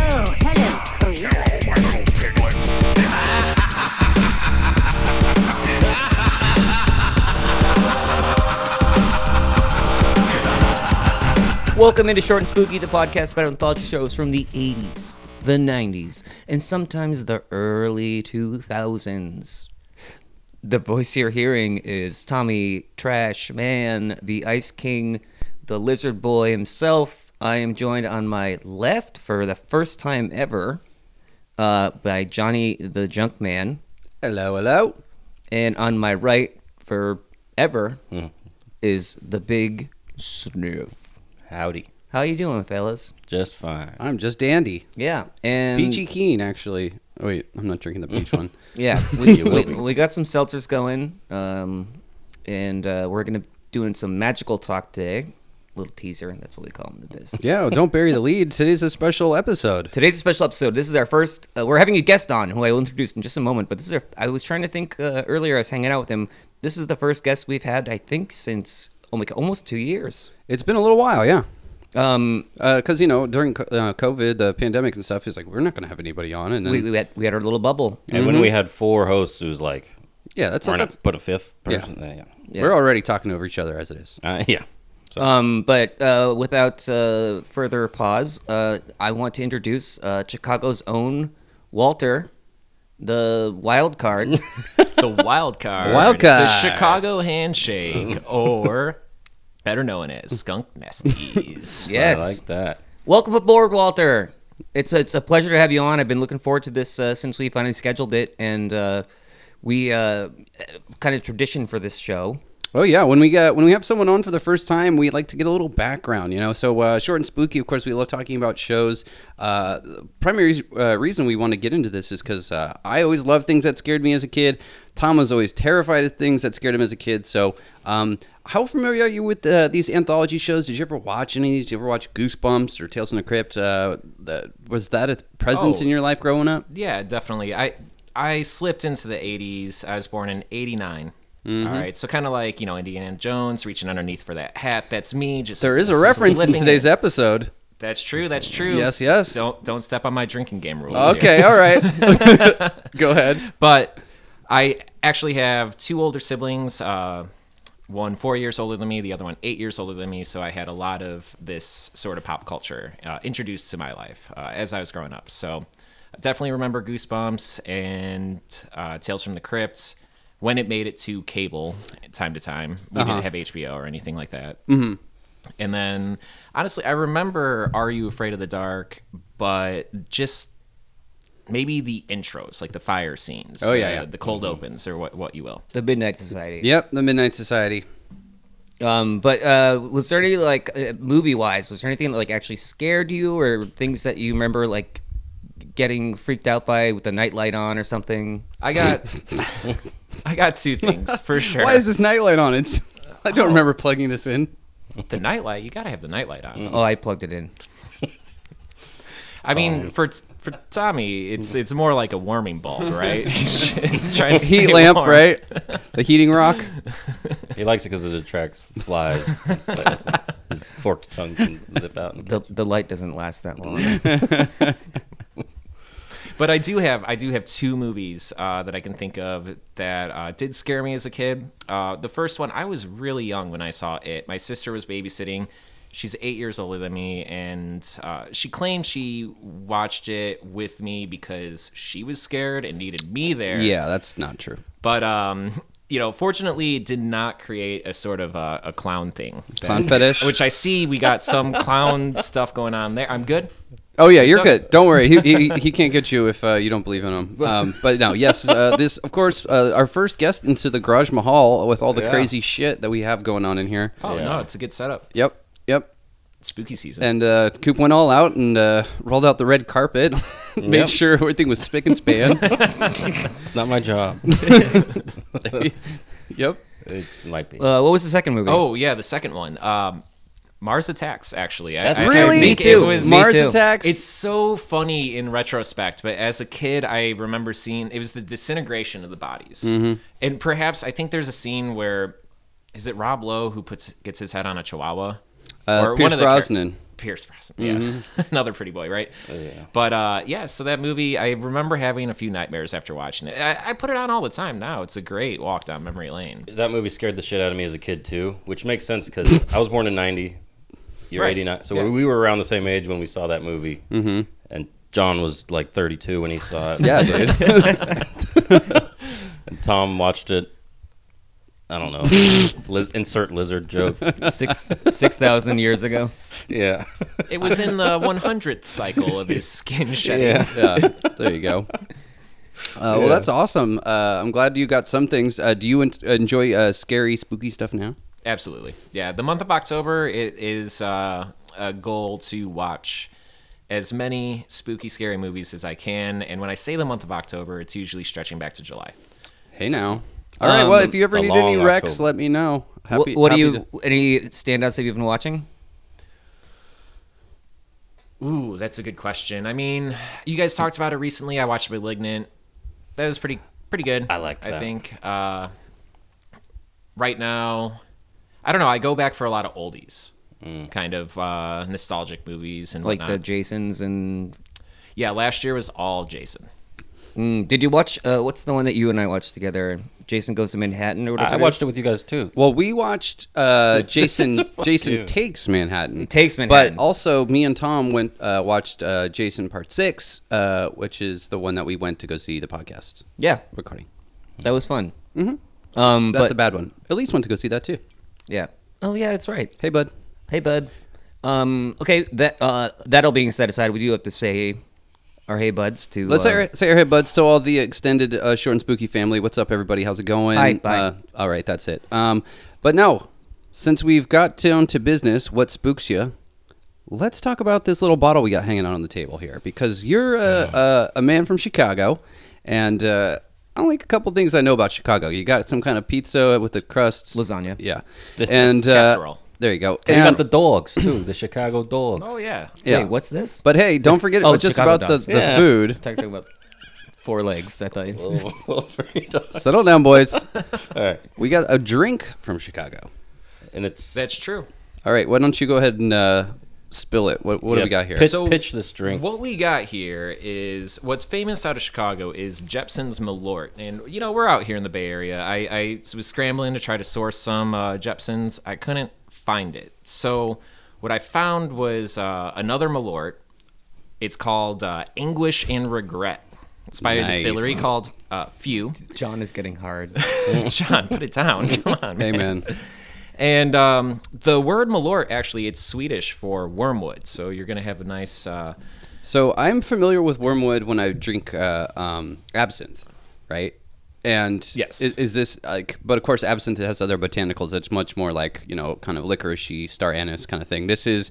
Oh, hello, creep. Welcome into Short and Spooky, the podcast about anthology shows from the 80s, the 90s, and sometimes the early 2000s. The voice you're hearing is Tommy Trash Man, the Ice King, the Lizard Boy himself. I am joined on my left for the first time ever uh, by Johnny the Junk Man, Hello, hello. and on my right for ever is the Big Sniff. Howdy. How you doing, fellas? Just fine. I'm just dandy. Yeah, and Peachy Keen, actually. Oh, wait, I'm not drinking the peach one. Yeah, we, will we, be. we got some seltzers going, um, and uh, we're gonna doing some magical talk today. Little teaser, and that's what we call them in the biz. Yeah, well, don't bury the lead. Today's a special episode. Today's a special episode. This is our first. Uh, we're having a guest on who I will introduce in just a moment. But this is. Our, I was trying to think uh, earlier. I was hanging out with him. This is the first guest we've had, I think, since oh my, God, almost two years. It's been a little while, yeah. Um, Because, you know, during co- uh, COVID, the pandemic and stuff, it's like, we're not going to have anybody on. And then, we, we had we had our little bubble. and when we had four hosts, it was like, yeah, that's, we're going that's to put a fifth Yeah. person. Yeah. Yeah. we're already talking over each other as it is. Yeah. Uh, yeah. So, Um, but uh, without uh, further pause, uh, I want to introduce uh, Chicago's own Walter, the wild card. the wild card, Wild the card. Chicago handshake, or better known as skunk nesties. yes. I like that. Welcome aboard, Walter. It's it's a pleasure to have you on. I've been looking forward to this uh, since we finally scheduled it, and uh, we uh, kind of tradition for this show. Oh yeah, when we get when we have someone on for the first time, we like to get a little background, you know. So uh, short and spooky, of course, we love talking about shows. Uh, the primary uh, reason we want to get into this is because uh, I always loved things that scared me as a kid. Tom was always terrified of things that scared him as a kid. So, um, how familiar are you with uh, these anthology shows? Did you ever watch any of these? Did you ever watch Goosebumps or Tales from the Crypt? Uh, the, was that a presence Oh. in your life growing up? Yeah, definitely. I I slipped into the '80s. I was born in '89. Mm-hmm. All right, so kind of like you know Indiana Jones reaching underneath for that hat. That's me. Just There is a reference in slipping today's it. episode. That's true. That's true. Yes, yes. Don't don't step on my drinking game rules. here. Okay, all right. Go ahead. But I actually have two older siblings. Uh, one four years older than me, the other one eight years older than me. So I had a lot of this sort of pop culture uh, introduced to my life uh, as I was growing up. So I definitely remember Goosebumps and uh, Tales from the Crypt when it made it to cable time to time. We didn't have HBO or anything like that. And then, honestly, I remember Are You Afraid of the Dark, but just maybe the intros, like the fire scenes. Oh, yeah, the, yeah. the cold opens or what, what you will. The Midnight Society. Yep, the Midnight Society. Um, but uh, was there any like uh, movie wise? Was there anything that like actually scared you, or things that you remember like getting freaked out by with the nightlight on or something? I got, I got two things for sure. Why is this nightlight on? It's I don't remember plugging this in. the nightlight? You gotta have the nightlight on. Mm, Oh, I plugged it in. I mean, for for Tommy, it's it's more like a warming bulb, right? He's trying to Heat stay lamp, warm. right? The heating rock. He likes it because it attracts flies. Like, his- his forked tongue can zip out. And The the light doesn't last that long. But I do have I do have two movies uh, that I can think of that uh, did scare me as a kid. Uh, the first one I was really young when I saw it. My sister was babysitting. She's eight years older than me, and uh, she claimed she watched it with me because she was scared and needed me there. Yeah, that's not true. But um, you know, fortunately, it did not create a sort of a, a clown thing. Clown fetish. Which I see we got some clown stuff going on there. I'm good. oh yeah, you're So- good. Don't worry. He, he, he can't get you if uh, you don't believe in him. Um, but no, yes, uh, this of course uh, our first guest into the Garage Mahal with all the Yeah. crazy shit that we have going on in here. Oh Yeah. no, it's a good setup. Yep, yep. Spooky season. And uh, Coop went all out and uh, rolled out the red carpet, made Yep. sure everything was spick and span. it's not my job. yep. It might be. Uh, what was the second movie? Oh yeah, the second one. Um, Mars Attacks. Actually, I- That's I, I really- think Me too. It was Mar- Mars Me too. attacks. it's so funny in retrospect, but as a kid, I remember seeing it was the disintegration of the bodies, Mm-hmm. and perhaps I think there's a scene where is it Rob Lowe who puts gets his head on a chihuahua, Uh, Pierce char- Brosnan. Mm-hmm. Oh, Pierce Brosnan, yeah, another pretty boy, right? yeah. But uh, yeah, so that movie, I remember having a few nightmares after watching it. I, I put it on all the time now. It's a great walk down memory lane. That movie scared the shit out of me as a kid too, which makes sense because I was born in '90. You're Right. '89, so Yeah. we were around the same age when we saw that movie. Mm-hmm. And John was like 32 when he saw it. yeah, dude. And Tom watched it. I don't know. Liz, insert lizard joke. Six six thousand years ago. Yeah. It was in the 100th cycle of his skin shedding. yeah, there you go. Uh, Well, that's awesome. Uh, I'm glad you got some things. Uh, do you en- enjoy uh, scary, spooky stuff now? Absolutely. Yeah, the month of October it is uh, a goal to watch as many spooky, scary movies as I can. And when I say the month of October, it's usually stretching back to July. Hey now. All right. Um, Well, if you ever the need any long recs, October. let me know. Wha- Happy, what do happy you? to- Any standouts that you've been watching? Ooh, that's a good question. I mean, you guys talked about it recently. I watched *Malignant*. That was pretty pretty good. I liked I that. think uh, right now, I don't know. I go back for a lot of oldies, kind of uh, nostalgic movies and Like whatnot. the Jasons and. yeah, last year was all Jason. Mm, did you watch? Uh, what's the one that you and I watched together? Jason goes to Manhattan or whatever. I watched it with you guys too. Well, we watched uh, Jason. Fuck Jason you. takes Manhattan. Takes Manhattan. But also, me and Tom went uh, watched uh, Jason Part Six, uh, which is the one that we went to go see the podcast Yeah, recording. that was fun. Mm-hmm. Um, That's but a bad one. At least went to go see that too. yeah. Oh yeah, that's right. Hey, bud. Hey, bud. Um, okay, that uh, that all being set aside, we do have to say our hey buds to. Let's uh, say, our- say our hey, buds, to all the extended uh, short and spooky family. What's up, everybody? How's it going? Hi, bye. Uh, all right, that's it. Um, but now, since we've got down to business, what spooks you? Let's talk about this little bottle we got hanging out on the table here because you're a, a, a man from Chicago, and uh, I only a couple things I know about Chicago. You got some kind of pizza with the crust, Lasagna. yeah, That's and uh, casserole. There you go. And you And- got the dogs too, the Chicago dogs. Oh yeah. yeah. Wait, what's this? But hey, don't forget Oh, just Chicago about the, dogs. the Yeah. food. talking about four legs. I thought you. Little- little furry dogs. Settle down, boys. All right. We got a drink from Chicago. And it's That's true. All right, why don't you go ahead and uh, spill it? What, what do yeah, we got here? Pitch, So- pitch this drink. What we got here is what's famous out of Chicago is Jepson's Malort, and you know we're out here in the Bay Area. I, I was scrambling to try to source some uh, Jepson's, I couldn't find it. So what I found was uh, another Malort. It's called uh, Anguish and Regret. It's by Nice. a distillery called uh, Few. John is getting hard. John, put it down. Come on, man. Amen. And um, the word Malort actually it's Swedish for wormwood. So you're gonna have a nice. Uh, so I'm familiar with wormwood when I drink uh, um, absinthe, right? And Yes. is, is this like? But of course, absinthe has other botanicals. It's much more like you know, kind of licoricey, star anise kind of thing. This is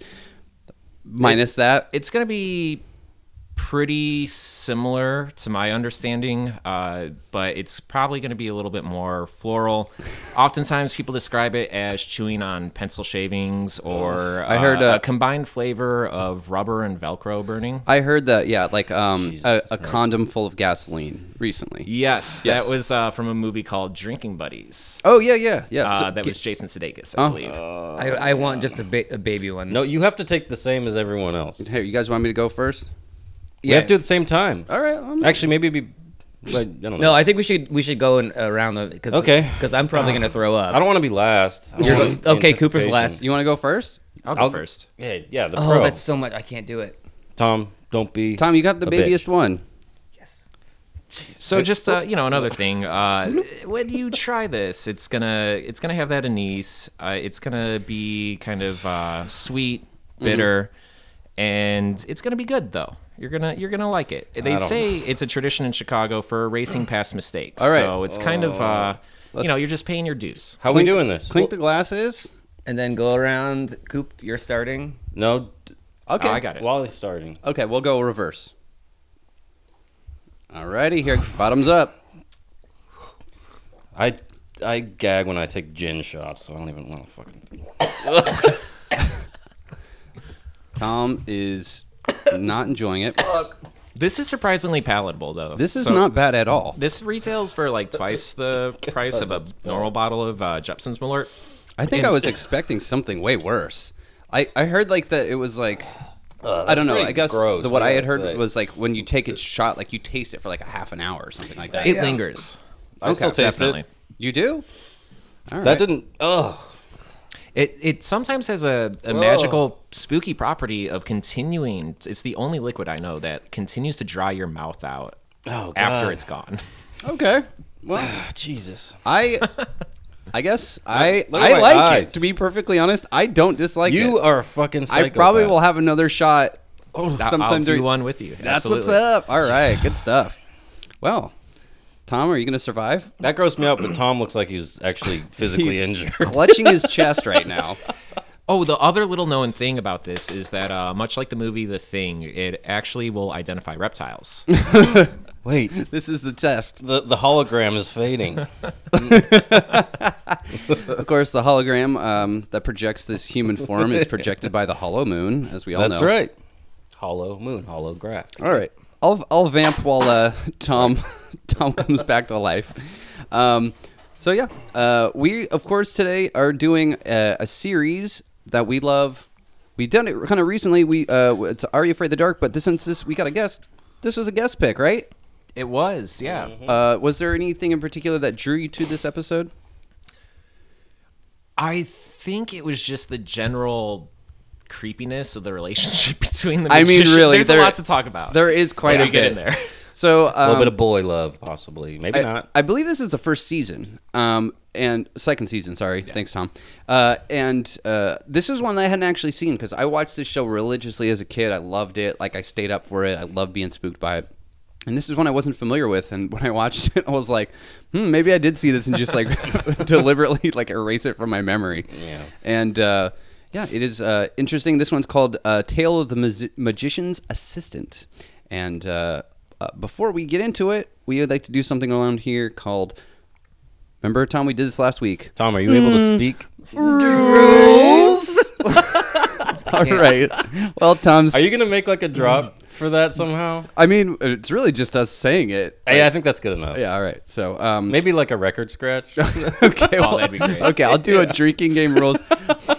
minus that. it's going to be pretty similar to my understanding, uh, but it's probably going to be a little bit more floral. Oftentimes, people describe it as chewing on pencil shavings or I heard, uh, uh, a combined flavor of rubber and Velcro burning. I heard that. Yeah, like um, Jesus a, a Christ. condom full of gasoline recently. Yes, Yes. that was uh, from a movie called Drinking Buddies. Oh yeah, yeah, yeah. Uh, So- that was Jason Sudeikis, I Oh. believe. I, I want just a, ba- a baby one. no, you have to take the same as everyone else. hey, you guys want me to go first? We have to do it at the same time. All right. I'm- Actually, maybe it'd be. Like, I don't know. No, I think we should we should go in, around the because Okay. because I'm probably gonna throw up. I don't want to be last. I want the okay, Cooper's anticipation. last. you want to go first? I'll go I'll- first. Yeah, yeah, the oh, pro. that's so much. I can't do it. Tom, don't be. Tom, you got the a babyest bitch. one. Yes. So just uh, you know, another thing. Uh, when you try this, it's gonna it's gonna have that anise. Uh, it's gonna be kind of uh, sweet, Mm-hmm. bitter, and it's gonna be good though. You're gonna you're gonna like it. They don't say it's a tradition in Chicago for erasing past mistakes. All right. Oh. So it's kind of uh, you know you're just paying your dues. How are we Clink- doing this? Clink the glasses. And then go around. Coop, you're starting. No. d- Okay. Oh, I got it. Wally's starting. Okay, we'll go reverse. Alrighty, here, bottoms up. I I gag when I take gin shots, so I don't even want to fucking. Tom is not enjoying it. This is surprisingly palatable, though. This is So- not bad at all. This retails for like twice the price of a normal bottle of uh, Jepson's Malort. I think I was expecting something way worse. I, I heard like that it was like I don't know. Uh, pretty I guess gross, the, what I yeah, had it's heard like- was like when you take a shot, like you taste it for like a half an hour or something like that. It lingers. I still taste Definitely. it. You do? All That right. didn't. Oh, It it sometimes has a, a magical spooky property of continuing. It's the only liquid I know that continues to dry your mouth out Oh, after God. it's gone. Okay. Well, Jesus. I I guess I look at I my like it. eyes. To be perfectly honest, I don't dislike it. You are a fucking I psychopath. probably will have another shot I'll- sometime I'll during- do one with you. Oh, That's what's Absolutely. up. All right, good stuff. Well, Tom, are you going to survive? That grossed me out, but Tom looks like he was actually physically He's injured. clutching his chest right now. Oh, the other little known thing about this is that uh, much like the movie The Thing, it actually will identify reptiles. Wait, this is the test. The the hologram is fading. Of course, the hologram um, that projects this human form is projected by the hollow moon, as we all That's know. right. Hollow moon, hollow graph. All right. I'll I'll vamp while uh, Tom Tom comes back to life. Um, so yeah, uh, we of course today are doing a, a series that we love. We've done it kind of recently. We uh, it's Are You Afraid of the Dark? But this, since this we got a guest, this was a guest pick, right? it was, yeah. Uh, was there anything in particular that drew you to this episode? I think it was just the general creepiness of the relationship between the. I mean, magician- really, there's there- a lot to talk about. There is quite Yeah, a we get bit in there. So A little um, bit of boy love, possibly. Maybe I, not. I believe this is the first season, um, and second season. Sorry, thanks, Tom. Uh, and uh, this is one that I hadn't actually seen because I watched this show religiously as a kid. I loved it. Like I stayed up for it. I loved being spooked by it. And this is one I wasn't familiar with. And when I watched it, I was like, hmm, maybe I did see this and just like deliberately like erase it from my memory. Yeah. And uh, yeah, it is uh, interesting. This one's called uh, "Tale of the Magi- Magician's Assistant." And uh, uh, before we get into it, we would like to do something around here called. Remember, Tom, we did this last week. Tom, are you able Mm. to speak? Rules. All right. Well, Tom's. Are you gonna make like a drop Mm. for that somehow? I mean, it's really just us saying it. Yeah, I think that's good enough. Yeah. All right. So, um, Maybe like a record scratch. okay. Oh, well- that'd be great. Okay, I'll do a drinking game rules.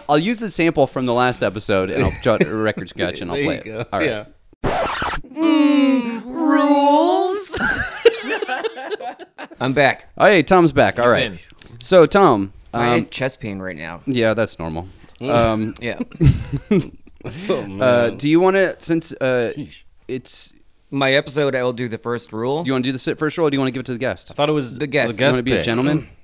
I'll use the sample from the last episode and I'll jot a record scratch and I'll There play you it. go. All right. Yeah. I'm back. Oh, hey, Tom's back. All He's right. in. So, Tom. I Um, had chest pain right now. yeah, that's normal. Um, Yeah. Oh, man. uh, do you want to, since uh, it's, My episode, I will do the first rule. do you want to do the sit first roll or do you want to give it to the guest? I thought it was The guest. you want to be a pick. Mm. gentleman? Oh.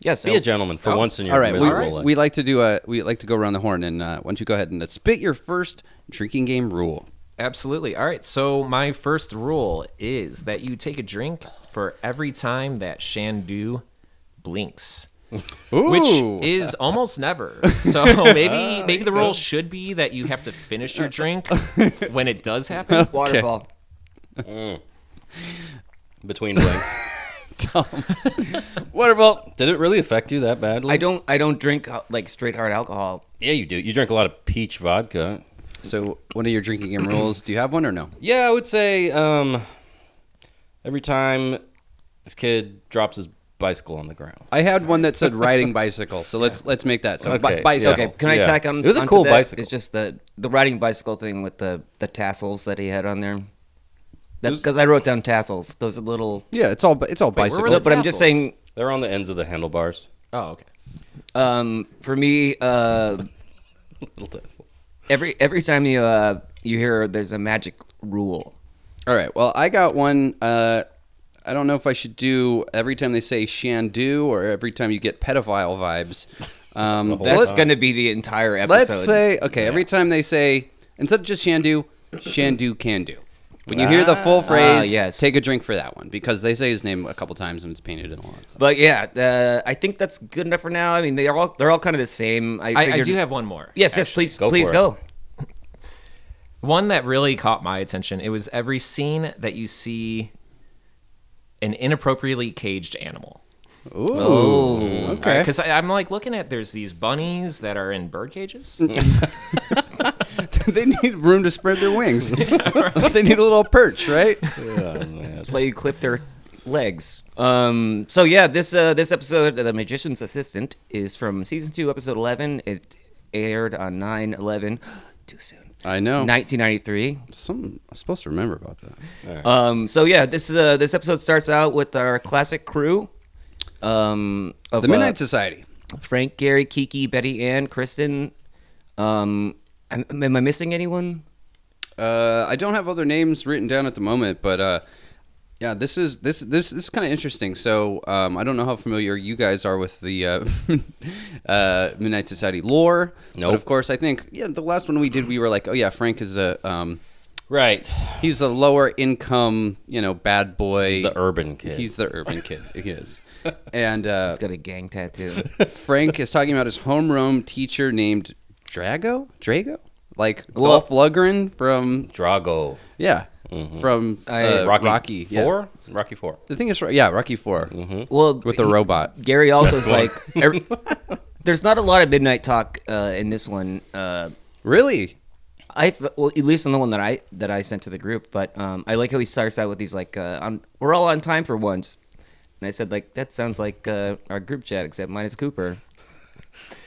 yes. Be I'll- a gentleman for once in your All right. We, miserable life. we like to do a, we like to go around the horn and uh, why don't you go ahead and uh, spit your first drinking game rule. Absolutely. All right. So my first rule is that you take a drink for every time that Shandu blinks. Which is almost never. So maybe maybe the rule should be that you have to finish your drink when it does happen. Waterfall. Between blanks. Wonderful. Did it really affect you that badly? I don't. I don't drink uh, like straight hard alcohol. Yeah, you do. You drink a lot of peach vodka. So, what are your drinking game rules? Do you have one or no? Yeah, I would say um, every time this kid drops his bicycle on the ground. I had one that said riding bicycle, so let's let's make that. So Okay, bi- bicycle. yeah. Okay, can I Yeah. tack on? It was a onto cool that? bicycle. It's just the the riding bicycle thing with the the tassels that he had on there. Because I wrote down tassels. Those are little. Yeah, it's all it's all where bicycle. were No, the but I'm just tassels? saying. They're on the ends of the handlebars. Oh, okay. Um, for me, uh, Little tassels. every every time you uh, you hear there's a magic rule. all right. Well, I got one. Uh, I don't know if I should do every time they say Shandu or every time you get pedophile vibes. Um, so That's That's let's, going to be the entire episode. let's say okay. Every time they say instead of just Shandu, Shandu can do. When you hear the full phrase, Ah, yes. take a drink for that one because they say his name a couple times and it's painted in a lot. So. But yeah, uh, I think that's good enough for now. I mean, they're all they're all kind of the same. I, I, I figured- do have one more. Yes, yes, please, Go please for it. go. One that really caught my attention. It was every scene that you see an inappropriately caged animal. Ooh, okay. Because I'm like looking at there's these bunnies that are in bird cages. they need room to spread their wings. they need a little perch, right? Um, That's why you clip their legs. Um, so yeah, this uh, this episode, of The Magician's Assistant, is from season two, episode eleven. It aired on 9-11. Too soon. I know. 1993. Some I'm supposed to remember about that. Um, so yeah, this uh, this episode starts out with our classic crew. Um, of, The Midnight uh, Society. Frank, Gary, Kiki, Betty Ann, Kristen. Um, am, am I missing anyone? Uh, I don't have other names written down at the moment, but uh, yeah, this is this this this is kind of interesting. So um, I don't know how familiar you guys are with the uh, uh, Midnight Society lore. No, but Nope. of course I think yeah the last one we did we were like oh yeah Frank is a um, Right. he's a lower income you know bad boy He's the urban kid. he's the urban kid he is and uh, He's got a gang tattoo. Frank is talking about his homeroom teacher named Drago Drago like Well- Dolph Lundgren from Drago. yeah. From uh, Rocky, Uh, Rocky, yeah. Four? Rocky Four. The thing is, yeah, Rocky 4 well, with the he- robot. Gary also is like, every- there's not a lot of midnight talk uh, in this one. Uh, Really? I well, at least on the one that I that I sent to the group. But um, I like how he starts out with these like, uh, on, "We're all on time for once," and I said like, "That sounds like uh, our group chat, except minus Cooper."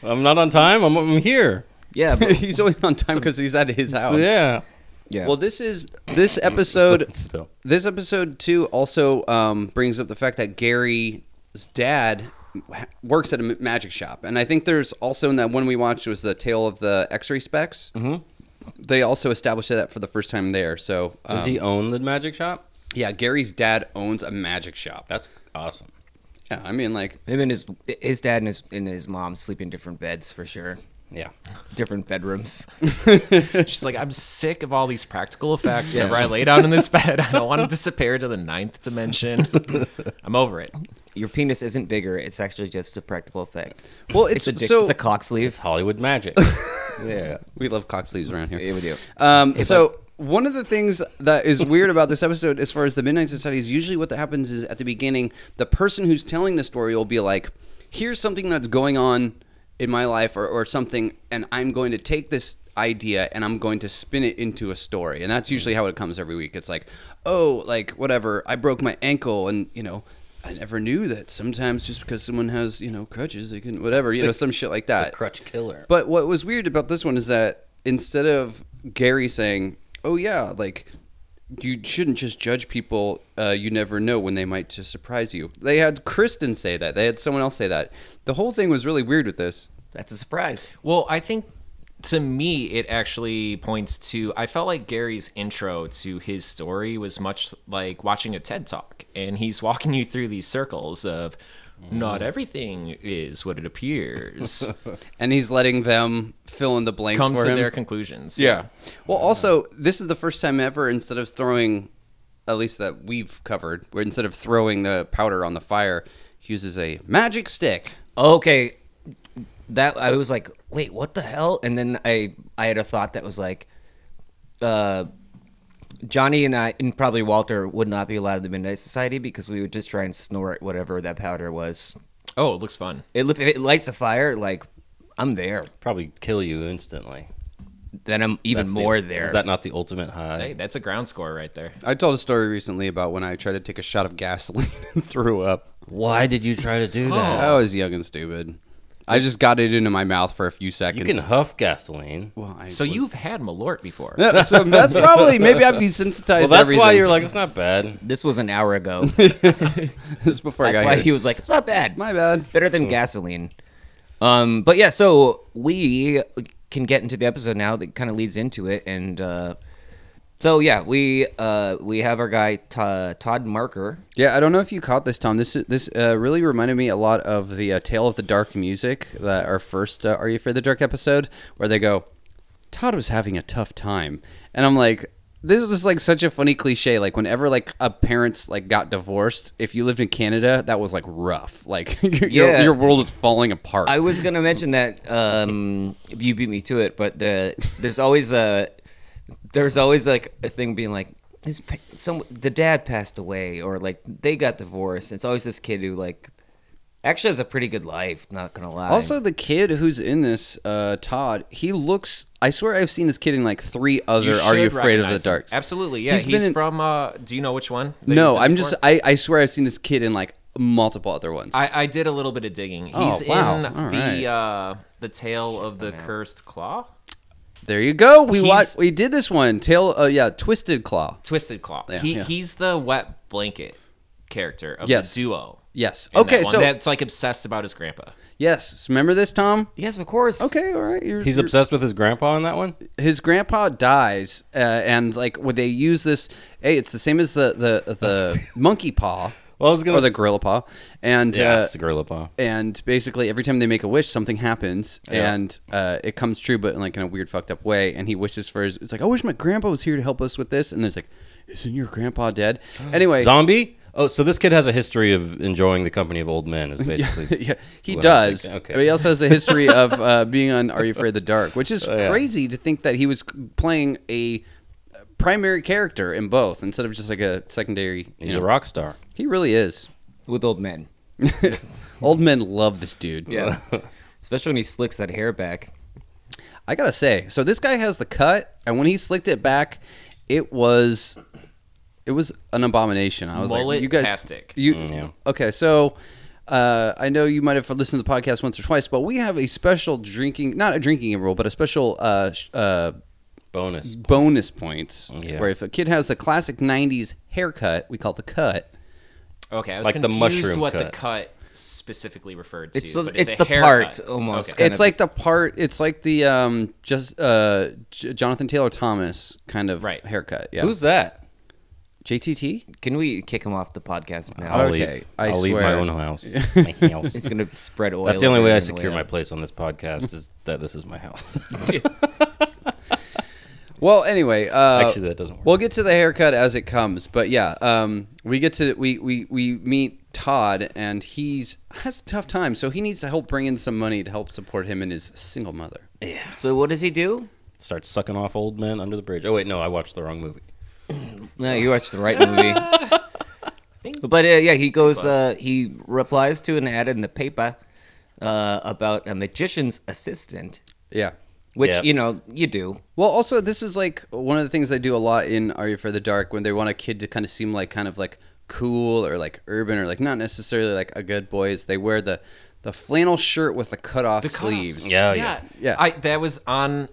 I'm not on time. I'm, I'm here. Yeah, but, he's always on time because he's at his house. Yeah. yeah. Well, this is this episode. Still. this episode too also um, brings up the fact that Gary's dad works at a ma- magic shop, and I think there's also in that one we watched was the Tale of the X-ray Specs. Mm-hmm. They also established that for the first time there. So um, Does he own the magic shop? yeah, Gary's dad owns a magic shop. That's awesome. yeah, I mean like him and his his dad and his and his mom sleep in different beds for sure, Yeah. different bedrooms. She's like, I'm sick of all these practical effects. Whenever I lay down in this bed, I don't want to disappear to the ninth dimension. I'm over it. Your penis isn't bigger; it's actually just a practical effect. well, It's it's, a dick, so it's a cock sleeve. It's Hollywood magic. Yeah, we love cock sleeves around here. yeah, we do. Um, so one of the things that is weird about this episode, as far as the Midnight Society, is usually what that happens is at the beginning, the person who's telling the story will be like, "Here's something that's going on in my life, or, or something, and I'm going to take this." idea and I'm going to spin it into a story and that's usually how it comes every week it's like oh like whatever I broke my ankle and you know I never knew that sometimes just because someone has you know crutches they can whatever you know some shit like that Crutch killer. but what was weird about this one is that instead of Gary saying, "Oh yeah, like you shouldn't just judge people. Uh, you never know when they might just surprise you," they had Kristen say that. They had someone else say that. The whole thing was really weird with this. That's a surprise. Well, I think to me, it actually points to. I felt like Gary's intro to his story was much like watching a TED talk, and he's walking you through these circles of Mm-hmm. not everything is what it appears. And he's letting them fill in the blanks Comes for to him. their conclusions. Yeah. Well, also, this is the first time ever instead of throwing, at least that we've covered, where instead of throwing the powder on the fire, he uses a magic stick. okay that i was like wait what the hell and then i i had a thought that was like uh johnny and i and probably walter would not be allowed in the midnight society because we would just try and snort whatever that powder was Oh, it looks fun. it, if it lights a fire like i'm there Probably kill you instantly. then i'm even That's the- more there Is that not the ultimate high? Hey, that's a ground score right there. I told a story recently about when I tried to take a shot of gasoline and threw up. Why did you try to do that? I was young and stupid. I just got it into my mouth for a few You seconds. can huff gasoline. Well, Well, I So was- you've had Malort before. Yeah, so that's probably maybe I've desensitized. that's why everything. you're like, it's not bad. this was an hour ago this is before I that's got why here. he was like it's not bad My bad. better than gasoline. Um, but yeah, so we can get into the episode now that kind of leads into it, and uh, so yeah, we uh, we have our guy Ta Todd Marker. Yeah, I don't know if you caught this, Tom. This this uh, really reminded me a lot of the uh, Tale of the Dark music that our first uh, Are You Afraid of the Dark episode, where they go, Todd was having a tough time, and I'm like. This was like such a funny cliche. Like whenever like a parents like got divorced, if you lived in Canada, that was like rough. Like your, Yeah. your, your world is falling apart. I was gonna mention that um, you beat me to it, but the, there's always a there's always like a thing being like his pa- some the dad passed away or like they got divorced. It's always this kid who like actually has a pretty good life. Not gonna lie. Also, the kid who's in this, uh, Todd, he looks. I swear I've seen this kid in like three other You Are You should Afraid of the recognize him. Darks. Absolutely, yeah. He's, He's been in- from. Uh, do you know which one? that you No, said I'm before? just. I, I swear I've seen this kid in like multiple other ones. I, I did a little bit of digging. Oh, He's wow. in All the right. uh, the Tale of the Cursed Claw, there you go. We He's- watched. We did this one. Tail. Uh, yeah, Twisted Claw. Twisted Claw. Yeah. he Yeah. he's the wet blanket character of Yes. the duo. Yes. in okay. that one So that's like obsessed about his grandpa. yes. Remember this, Tom? yes, of course. Okay. All right. You're, He's you're- obsessed with his grandpa in that one. his grandpa dies, uh, and like when they use this, hey, it's the same as the the the monkey paw. Well, I was gonna or the s- gorilla paw, and Yeah, uh, it's the gorilla paw. and basically every time they make a wish, something happens, Yeah. and uh, it comes true, but in like in a weird fucked up way. And he wishes for his. It's like I wish my grandpa was here to help us with this, and there's like, isn't your grandpa dead? Anyway, Zombie. Oh, so this kid has a history of enjoying the company of old men. Is basically yeah, he Well, does. okay. But he also has a history of uh, being on Are You Afraid of the Dark, which is Oh, yeah. crazy to think that he was c- playing a uh, primary character in both instead of just like a secondary. you he's know. a rock star. He really is. With old men. Old men love this dude. Yeah. Especially when he slicks that hair back. I gotta say, so this guy has the cut, and when he slicked it back, it was it was an abomination. I was like, you guys, Mullet-tastic. you Mm, yeah. okay? So uh, I know you might have listened to the podcast once or twice, but we have a special drinking, not a drinking rule, but a special uh, sh- uh, Bonus. bonus points Mm, Yeah. where if a kid has a classic '90s haircut, we call it the cut. Okay, I was Like the confused mushroom what the cut. cut specifically referred to. It's the- but it's a the haircut. part, almost. Okay. Kind it's of- like the part. It's like the um, just uh, J- Jonathan Taylor Thomas kind of Right. haircut. Yeah, Who's that? JTT? Can we kick him off the podcast now? I'll Okay, leave. I will leave my swear. own house. My house. It's gonna spread oil. That's the only way everywhere I and secure oil. my place on this podcast is that this is my house. Well, anyway, uh, Actually, that doesn't work. We'll get to the haircut as it comes, but yeah, um, we get to we we we meet Todd, and he's has a tough time, so he needs to help bring in some money to help support him and his single mother. So what does he do? Start sucking off old men under the bridge. Oh wait, no, I watched the wrong movie. No, you watched the right movie. but uh, yeah, he goes. Uh, he replies to an ad in the paper uh, about a magician's assistant, Yeah. which Yep. you know you do. Well, also this is like one of the things they do a lot in Are You for the Dark when they want a kid to kind of seem like kind of like cool or like urban or like not necessarily like a good boy. Is they wear the the flannel shirt with the cut off cutoffs. sleeves. Yeah, Oh, yeah, yeah. I, that was on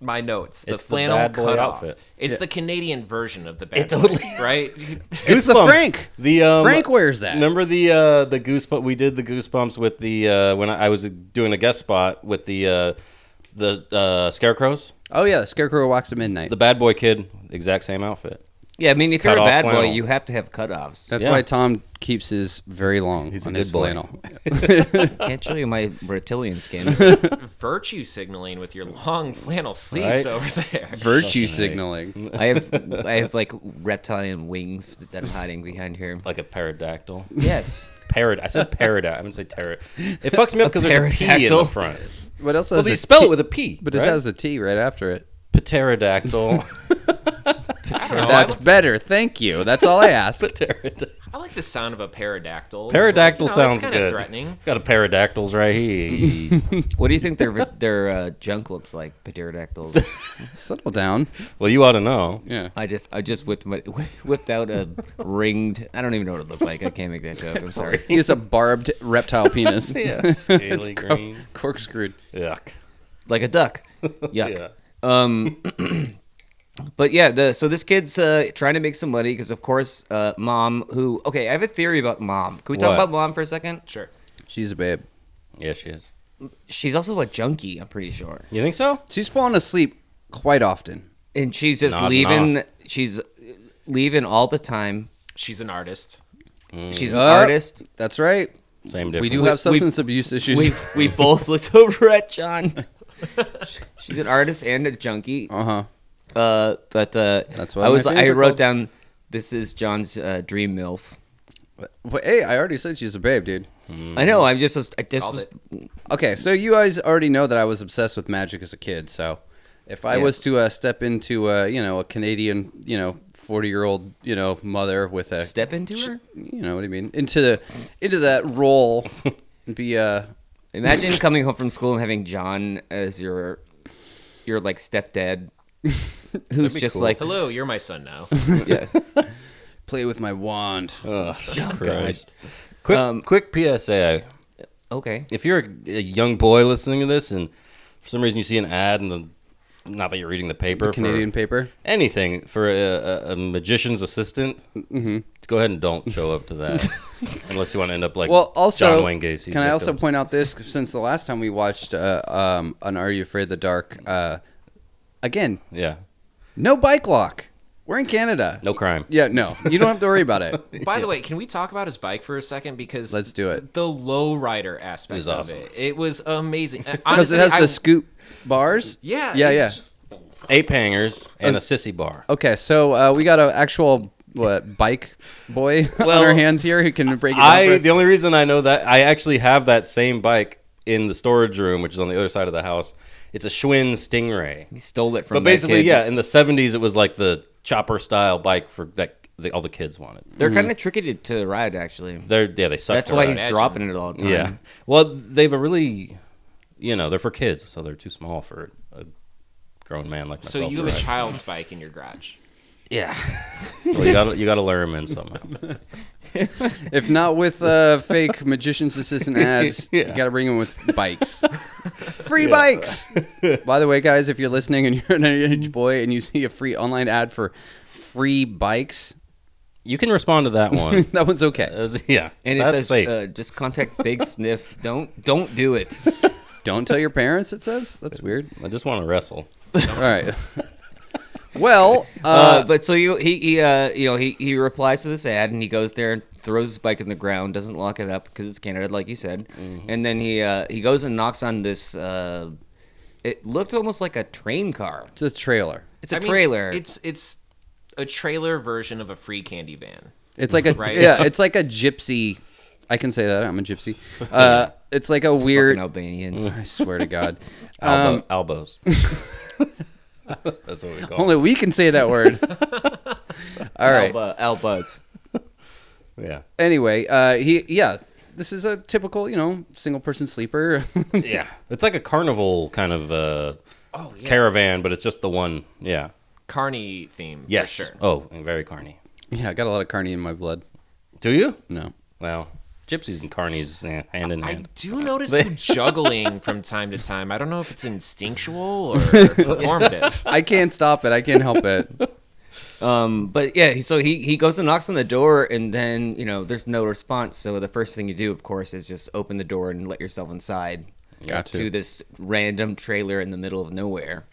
my notes. The It's the flannel bad boy cutoff. outfit. It's the Canadian version of the bad boy, totally- right? It's the Goosebumps. Frank. The um, Frank wears that. Remember the uh, the goosebumps? We did the goosebumps with the uh, when I, I was doing a guest spot with the uh, the uh, scarecrows. Oh yeah, the Scarecrow walks at midnight. The bad boy kid, exact same outfit. Yeah, I mean, if Cut you're a off bad boy, flannel. you have to have cutoffs. That's Yeah. why Tom keeps his very long He's a on good his boy. flannel. Can't show you my reptilian skin. Virtue signaling with your long flannel sleeves Right. over there. Virtue signaling. I have I have like reptilian wings that I'm hiding behind here. Like a pterodactyl. Yes. Parrot. I said pterodactyl. I haven't say pterod. It fucks me up because there's a P in pterodactyl. the front. What else Well, has they a spell T- it with a P, But right? it has a T right after it. pterodactyl. I, don't know, I That's like- better. Thank you. That's all I asked. pterodactyl. I like the sound of a pterodactyl. It's Pterodactyl like, you know, Oh, it's sounds kinda good. Threatening. Got a pterodactyls right here. What do you think their their uh, junk looks like? Pterodactyls. Settle down. well, you ought to know. Yeah. I just I just whipped my, whipped out a ringed. I don't even know what it looked like. I can't make that joke. I'm sorry. He has a barbed reptile penis. Scaly green. Corkscrewed. Yuck. Like a duck. Yuck. Um. But yeah, the so this kid's uh, trying to make some money because of course, uh, mom. Who okay, I have a theory about mom. Can we talk What? about mom for a second? Sure. She's a babe. Yeah, she is. She's also a junkie. I'm pretty sure. You think so? She's falling asleep quite often. and she's just Nodding leaving. She's leaving all the time. She's an artist. She's an Uh, artist. That's right. Same We difference. do have we- substance abuse issues. We we both looked over at John. She's an artist and a junkie. uh huh. Uh, but uh, That's what I was. my I fans are wrote called. down. This is John's uh, dream milf. But hey, I already said she's a babe, dude. I know. I'm just. I just. Called was- it. Okay, so you guys already know that I was obsessed with magic as a kid. So, if I Yeah. was to uh, step into uh, you know a Canadian you know forty year old you know mother with a Step into her? you know what I mean into the into that role It'd be uh, Imagine coming home from school and having John as your your like stepdad, who's just like Hello, you're my son now. yeah. play with my wand. Oh, Christ. Quick, Um, quick PSA. okay. If you're a, a young boy listening to this and for some reason you see an ad and the not that you're reading the paper, for Canadian paper. anything for a, a, a magician's assistant, Mm-hmm. go ahead and don't show up to that unless you want to end up like Well, also, John Wayne Gacy. can I also victim. point out this since the last time we watched uh, um, an Are You Afraid of the Dark? Uh, again, Yeah, no bike lock. We're in Canada. no crime. Yeah, no, you don't have to worry about it. By the way, can we talk about his bike for a second? Because Let's do it. The low rider aspect was of awesome. it. It was amazing. Because Honestly, it has I- the scoop bars. yeah, yeah, it's yeah. just- Ape hangers and Uh, a sissy bar. Okay, so uh, we got an actual what bike boy on Well, our hands here who can break it down for I us. the only reason I know that I actually have that same bike in the storage room, which is on the other side of the house. It's a Schwinn Stingray. He stole it from. But that basically, kid. yeah, in the '70s, it was like the chopper style bike for that the, all the kids wanted. they're kind of tricky to, to ride actually. They're yeah, they suck. That's to why ride. he's dropping it all the time. yeah. Well, they've a really, you know, they're for kids, so they're too small for a grown man like So myself. you to have a ride. child's bike in your garage. yeah. well, you gotta you gotta lure him in somehow. If not with uh, fake magician's assistant ads, you Yeah. got to bring them with bikes. free bikes. By the way, guys, if you're listening and you're an underage boy and you see a free online ad for free bikes, You can respond to that one. that one's okay. As- yeah, And it that's says, safe. uh, "Just contact Big Sniff. Don't don't do it." Don't tell your parents. It says that's weird. I just want to wrestle. All right. Well, Uh, uh, but so you he, he uh, you know he, he replies to this ad and he goes there and throws his bike in the ground, doesn't lock it up because it's Canada, like you said, and then he uh, he goes and knocks on this. Uh, it looked almost like a train car. it's a trailer. It's a I mean, trailer. It's it's a trailer version of a free candy van. It's like a Right. yeah. It's like a gypsy. I can say that I'm a gypsy. Uh, it's like a Fucking weird. Albanians. I swear to God. Albo, Um, elbows. that's what we call. Only we can say that word. All right. Alba, Albas. it. Yeah, Anyway, uh, he yeah. This is a typical, you know, single person sleeper. yeah. It's like a carnival kind of uh, Oh yeah, caravan, but it's just the one. Yeah. carny theme. Yes. for sure. Oh, and very carny. yeah, I got a lot of carny in my blood. Do you? No. Well, gypsies and carnies eh, hand in I hand. do notice some juggling from time to time. I don't know if it's instinctual or performative. I can't stop it. I can't help it. Um, but yeah, he- so he, he goes and knocks on the door, and then you know there's no response. So the first thing you do, of course, is just open the door and let yourself inside. Got to. to this random trailer in the middle of nowhere.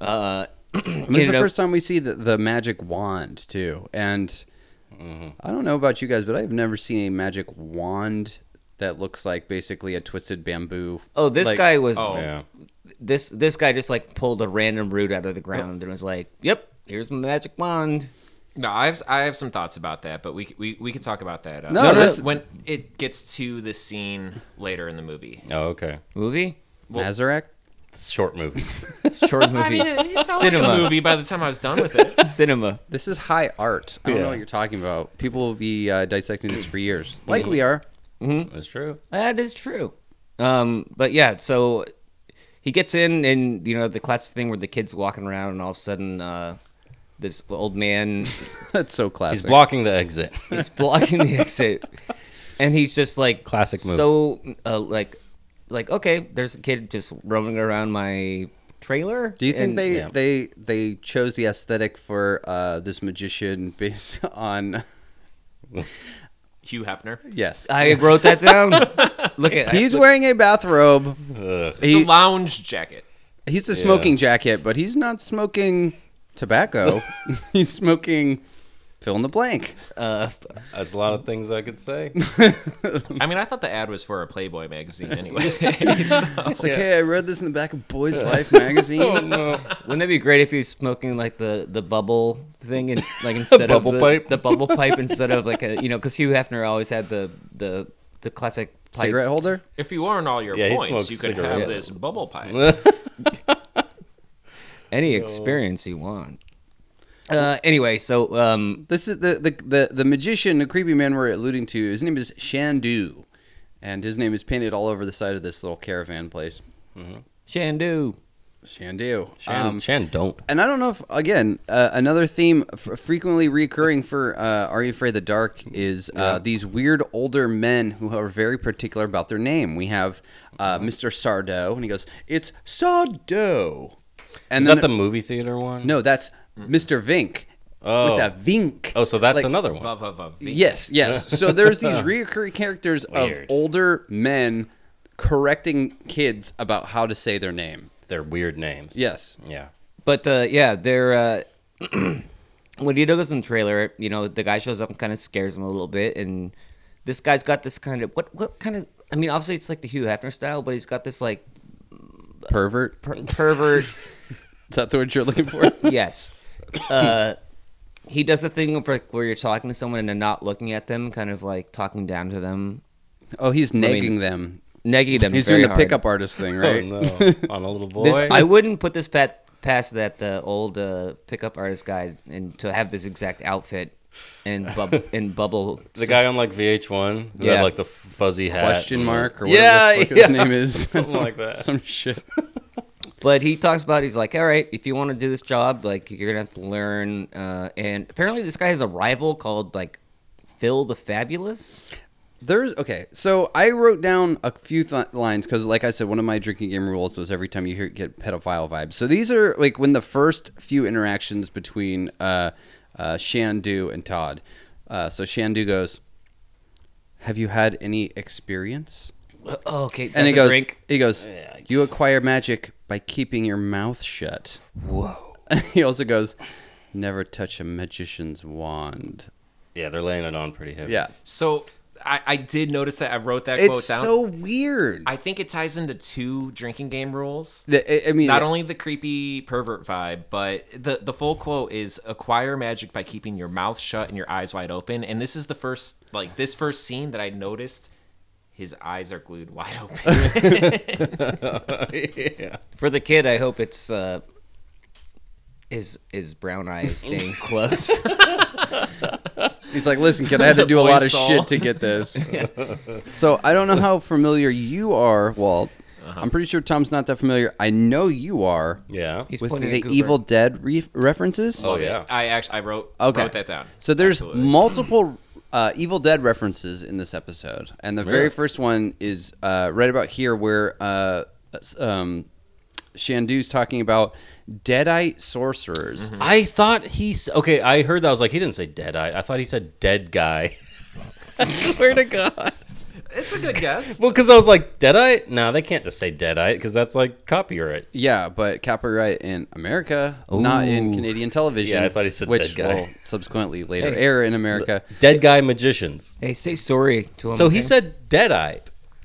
Uh, And this is ended the up- first time we see the, the magic wand too, and Mm-hmm. I don't know about you guys, but I've never seen a magic wand that looks like basically a twisted bamboo. Oh, this Like- guy was oh. Yeah. this this guy just like pulled a random root out of the ground and was like, "Yep, here's my magic wand." No, I have I have some thoughts about that, but we c- we we can talk about that. Uh, No, No, no. that's- when it gets to the scene later in the movie. Oh, okay. Movie, Nazareth. It's a short movie. short movie, I mean, it, it felt Cinema. like a movie by the time I was done with it. cinema. This is high art. I don't know Yeah. what you're talking about. People will be uh, dissecting this for years, like we are. That's true. That is true. Um, but yeah, so he gets in, and you know the classic thing where the kid's walking around, and all of a sudden, uh, this old man That's so classic. He's blocking the exit. He's blocking the exit, and he's just like Classic move. So uh, like, like okay, there's a kid just roaming around my trailer. Do you think and- they, yeah. they they chose the aesthetic for uh, this magician based on Hugh Hefner. yes? I wrote that down. Look at He's wearing a bathrobe. Ugh. It's He- a lounge jacket. He's a Yeah. smoking jacket, but he's not smoking tobacco. he's smoking fill in the blank. uh, That's a lot of things I could say. I mean, I thought the ad was for a Playboy magazine anyway. so, It's like, hey, I read this in the back of Boys Life magazine. wouldn't that be great if he was smoking like the the bubble thing and like instead Bubble of the, pipe? the bubble pipe instead of like a you know because Hugh Hefner always had the the the classic pipe. Cigarette holder. if you earn all your Yeah, he points, smokes you could cigarettes. have this bubble pipe. Any experience you want. Uh, anyway, so um, This is the, the the the magician, the creepy man we're alluding to. His name is Shandu, and his name is painted all over the side of this little caravan place. Shandu. Shandu. Shan, Um, Shan don't. and I don't know if again uh, another theme f- frequently recurring for uh, Are You Afraid of the Dark is uh, these weird older men who are very particular about their name. We have uh, Mr. Sardo, and he goes, "It's Sardo." And Is then that the movie theater one? no, that's Mr. Vink Oh. with that Vink. Oh, so that's Like- another one. Vav, vav, vav, vav. Yes, yes. So there's these recurring characters Weird. of older men correcting kids about how to say their name. They're weird names. Yes. Yeah. But uh, yeah, they're uh, when you notice in the trailer, you know, the guy shows up and kind of scares him a little bit, and this guy's got this kind of what what kind of I mean, obviously it's like the Hugh Hefner style, but he's got this like Pervert. per- pervert. Is that the word you're looking for? yes, uh, he does the thing of, like, where you're talking to someone and then not looking at them, kind of like talking down to them, oh, he's negging mean, them. negging them. He's very doing the hard. pickup artist thing, right? Oh, no. On a little boy. This, I wouldn't put this pat, past that uh, old uh, pickup artist guy and to have this exact outfit and bub- and bubble. the guy on like VH1. Yeah. Yeah. like the fuzzy hat. Question mark or whatever yeah, the fuck his yeah. name is. Something like that. Some shit. But he talks about he's like, all right, if you want to do this job, like you're gonna have to learn. Uh, and apparently, this guy has a rival called like Phil the Fabulous. There's okay. So I wrote down a few th- lines because, like I said, one of my drinking game rules was every time you hear get pedophile vibes. So these are like when the first few interactions between uh, uh, Shandu and Todd. Uh, so Shandu goes, "Have you had any experience?" Oh, okay, that's and he a goes, drink. "He goes, Yeah, you acquire magic by keeping your mouth shut." Whoa. he also goes, "Never touch a magician's wand." Yeah, they're laying it on pretty heavy. Yeah, So I, I did notice that I wrote that quote it's down. so weird. I think it ties into two drinking game rules. The- I I mean, Not only the creepy pervert vibe, but the the full quote is acquire magic by keeping your mouth shut and your eyes wide open. And this is the first like this first scene that I noticed his eyes are glued wide open. yeah. For the kid, I hope it's uh, his his brown eye is staying closed. He's like, listen, kid, I had to do a Boy lot of Saul. shit to get this. So I don't know how familiar you are, Walt. I'm pretty sure Tom's not that familiar. I know you are Yeah. He's with pointing the at Cooper. Evil Dead re- references. Oh, yeah. I actually I wrote Okay. wrote that down. So there's Absolutely. multiple uh, Evil Dead references in this episode, and the very Really? first one is uh, right about here, where uh, s- um, Shandu's talking about Deadite sorcerers. I thought he s- okay. I heard that. I was like, he didn't say dead eye. I thought he said dead guy. I swear to God. It's a good guess. Well, because I was like, dead eye? No, they can't just say dead eye because that's like copyright. Yeah, but copyright in America, not in Ooh. Canadian television. Yeah, I thought he said which dead guy. will subsequently later Hey. air in America. Dead guy magicians. hey, say sorry Oh, to him. So he okay? said dead eye.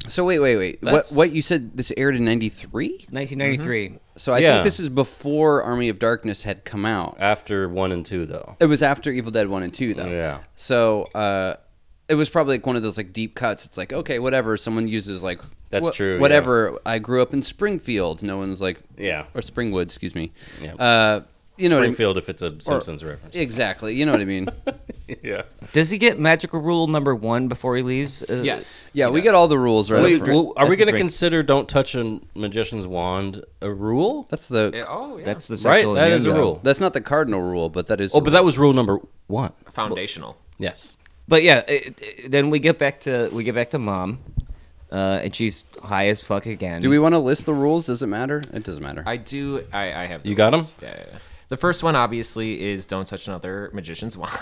So wait, wait, wait. What That's- what you said? This aired in '93. 1993. So I Yeah. think this is before Army of Darkness had come out. After one and two, though. It was after Evil Dead One and Two, though. Yeah. So uh, it was probably like one of those like deep cuts. It's like okay, whatever. Someone uses like That's wha- true, yeah. Whatever. I grew up in Springfield. No one's like Yeah. or Springwood, excuse me. Yeah. Uh, you know what I mean? Springfield, if it's a Simpsons reference. Exactly. You know what I mean. Yeah. Does he get magical rule number one before he leaves? Uh, Yes. Yeah, we get all the rules right. Wait, up front. well, are we That's a going to drink. consider don't touch a magician's wand a rule? That's the Yeah, oh yeah. That's the Right, sexual that is a innuendo. rule. That's not the cardinal rule, but that is. Oh, but that was rule number one. foundational. Yes. But yeah, it, it- then we get back to we get back to mom, uh, and she's high as fuck again. Do we want to list the rules? Does it matter? It doesn't matter. I do. I, I have. the You got rules. 'em? Yeah, yeah, yeah. The first one obviously is don't touch another magician's wand,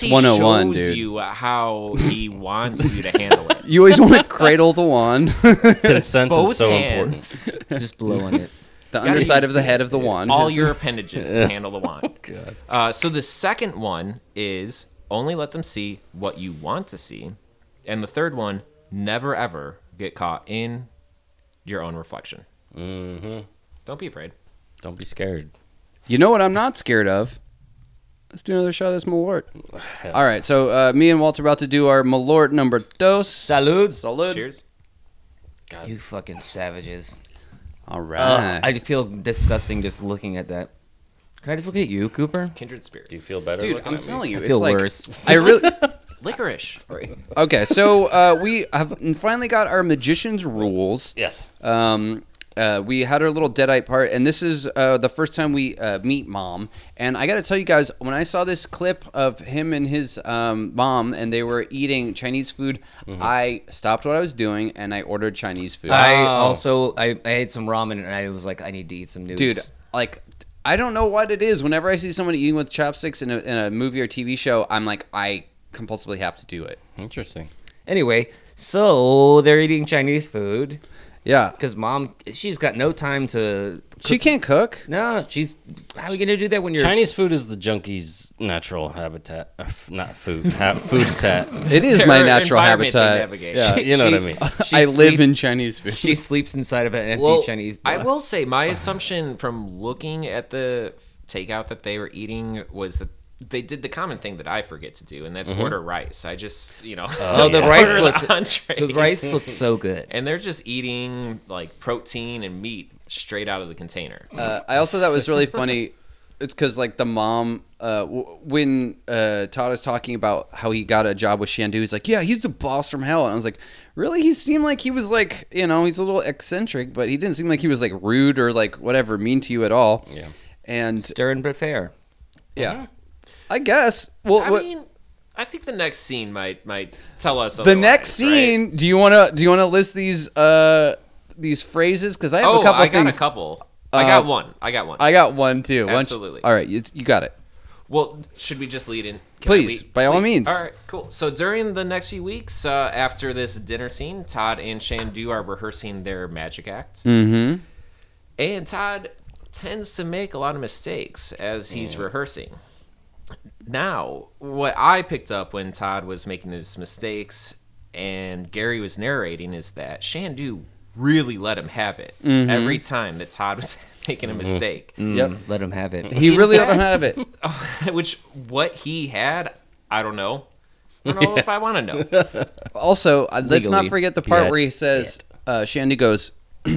That's he 101, shows dude. you how he wants you to handle it. you always want to cradle the wand, the Consent Both is so important. hands, just blow on it? underside of the head of the wand. all is- your appendages, to handle the wand. Uh, so the second one is only let them see what you want to see, and the third one never ever get caught in your own reflection. Mm-hmm. Don't be afraid. Don't be scared. You know what? I'm not scared of. Let's do another shot of this Malort. All right, so uh, me and Walter about to do our Malort number dos. Salud, Salud. Cheers. you fucking savages! All Uh, right. I feel disgusting just looking at that. Can I just look at you, Cooper? Kindred spirits. Do you feel better? Dude, looking I'm at me? telling you, I feel it's like worse. I really, Licorice. Sorry. Okay, so uh, we have finally got our magician's rules. Yes. Um, uh, we had our little deadite part, and this is uh, the first time we uh, meet mom. And I got to tell you guys, when I saw this clip of him and his um, mom, and they were eating Chinese food, I stopped what I was doing and I ordered Chinese food. I also I, I had some ramen and I was like, I need to eat some noodles. dude like i don't know what it is whenever i see someone eating with chopsticks in a, in a movie or tv show i'm like i compulsively have to do it Interesting. Anyway, so they're eating Chinese food yeah because mom she's got no time to. Cook. she can't cook no, she's how are you gonna do that when you're Chinese food is the junkie's natural habitat, uh, f- not food, ha- food tat. it is my Her natural environment they habitat navigate. yeah You know what I mean. uh, she i live sleep- in chinese food She sleeps inside of an empty Well, Chinese. I bus. will say my assumption from looking at the f- takeout that they were eating was that they did the common thing that I forget to do, and that's Mm-hmm. order rice. I just you know Oh, the rice ordered looked- entrees. The rice looked so good. and they're just eating like protein and meat straight out of the container. uh, i also thought it was really funny it's because like the mom uh, w- when uh, todd is talking about how he got a job with shandu he's like yeah he's the boss from hell and i was like really he seemed like he was like you know he's a little eccentric but he didn't seem like he was like rude or like whatever mean to you at all Yeah. and Stern but fair. Yeah. I guess. Well, I what- mean, I think the next scene might might tell us the otherwise, next right? scene. Do you want to? Do you want to list these uh these phrases? Because I have Oh, a couple I got things. a couple. I got Uh, one. I got one. I got one too. Why don't you- Absolutely. all right, it's, you got it. Well, should we just lead in? Can I Please, lead- by all please? means. All right, cool. So during the next few weeks, uh, after this dinner scene, Todd and Shandu are rehearsing their magic act, mm-hmm. and Todd tends to make a lot of mistakes as he's rehearsing. Now, what I picked up when Todd was making his mistakes and Gary was narrating is that Shandu really let him have it Mm-hmm. every time that Todd was making a mistake. Yep. Let him have it. He really let fact- him have it. Which what he had, I don't know. I don't know if I want to know. Also, uh, let's not Legally, forget the he part had where he says, uh, "Shandy goes."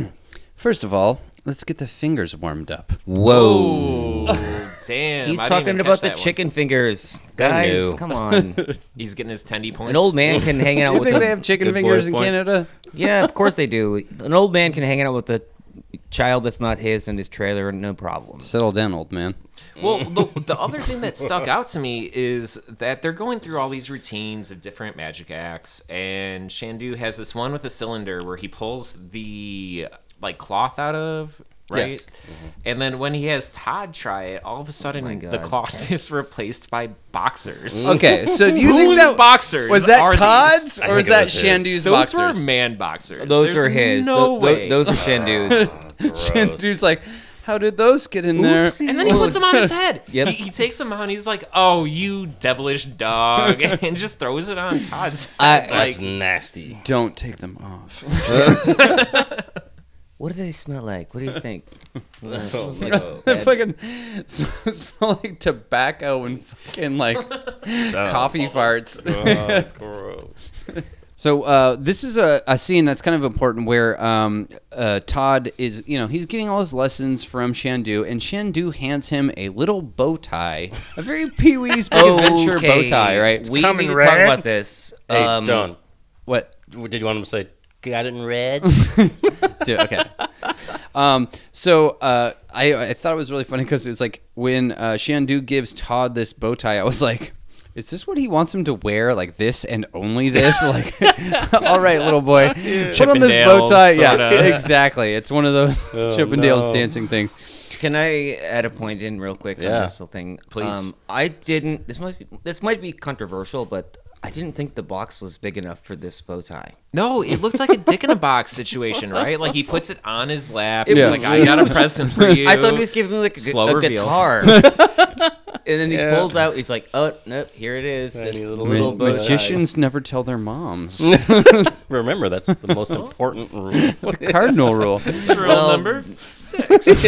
First of all, let's get the fingers warmed up. Whoa. Oh, damn! He's I didn't talking even about catch the that one. chicken fingers. Guys, knew. come on. He's getting his tendy points. An old man can hang out You with think a, they have chicken good fingers boy in point. Canada? Yeah, of course they do. An old man can hang out with a child that's not his in his trailer, no problem. Settle down, old man. Well, the, the other thing that stuck out to me is that they're going through all these routines of different magic acts, and Shandu has this one with a cylinder where he pulls the like cloth out of. Right, Yes. and then when he has Todd try it, all of a sudden the Oh God. Oh, cloth is replaced by boxers. Okay, so do you think Whose that boxers was that are these? Todd's I or was think that it was his. Shandu's Those boxers? were man boxers. Those There's are his. No Tho- tho- way. those are Shandu's. Gross. Dude's like, how did those get in there? and then he puts them on his head. Yep. he, he takes them out and he's like, "Oh, you devilish dog," and just throws it on Todd's. I- like, That's nasty. Don't take them off. What do they smell like? What do you think? They fucking smell like tobacco and fucking like coffee farts. Oh, gross. So uh, this is a, a scene that's kind of important where um, uh, Todd is, you know, he's getting all his lessons from Shandu, and Shandu hands him a little bow tie, a very Pee Wee's Big Adventure bow tie, right? We Coming need to talk red. about this. Hey, Um, John, what? did you want him to say, got it in red? Dude, okay. Um, so uh, I, I thought it was really funny because it's like when uh, Shandu gives Todd this bow tie, I was like, is this what he wants him to wear? Like this and only this? like, all right, little boy, put on this bow Chippendales, tie. Yeah, sorta. exactly. It's one of those Chippendales no. dancing things. Can I add a point in real quick on Yeah. this little thing? Um, Please. I didn't. This might be, this might be controversial, but I didn't think the box was big enough for this bow tie. no, it looked like a dick in a box situation, right? Like he puts it on his lap. It It was was like, "I got a present for you." I thought he was giving me like a, gu- Slow a reveal. guitar. and then he Yeah. pulls out. He's like, "Oh nope, here it is." Tiny Just little- little Ma- bow tie. Magicians never tell their moms. Remember, that's the most important rule. Cardinal rule. Rule Well- number six.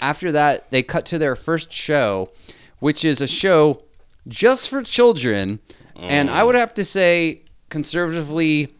After that, they cut to their first show, which is a show just for children. And I would have to say, conservatively,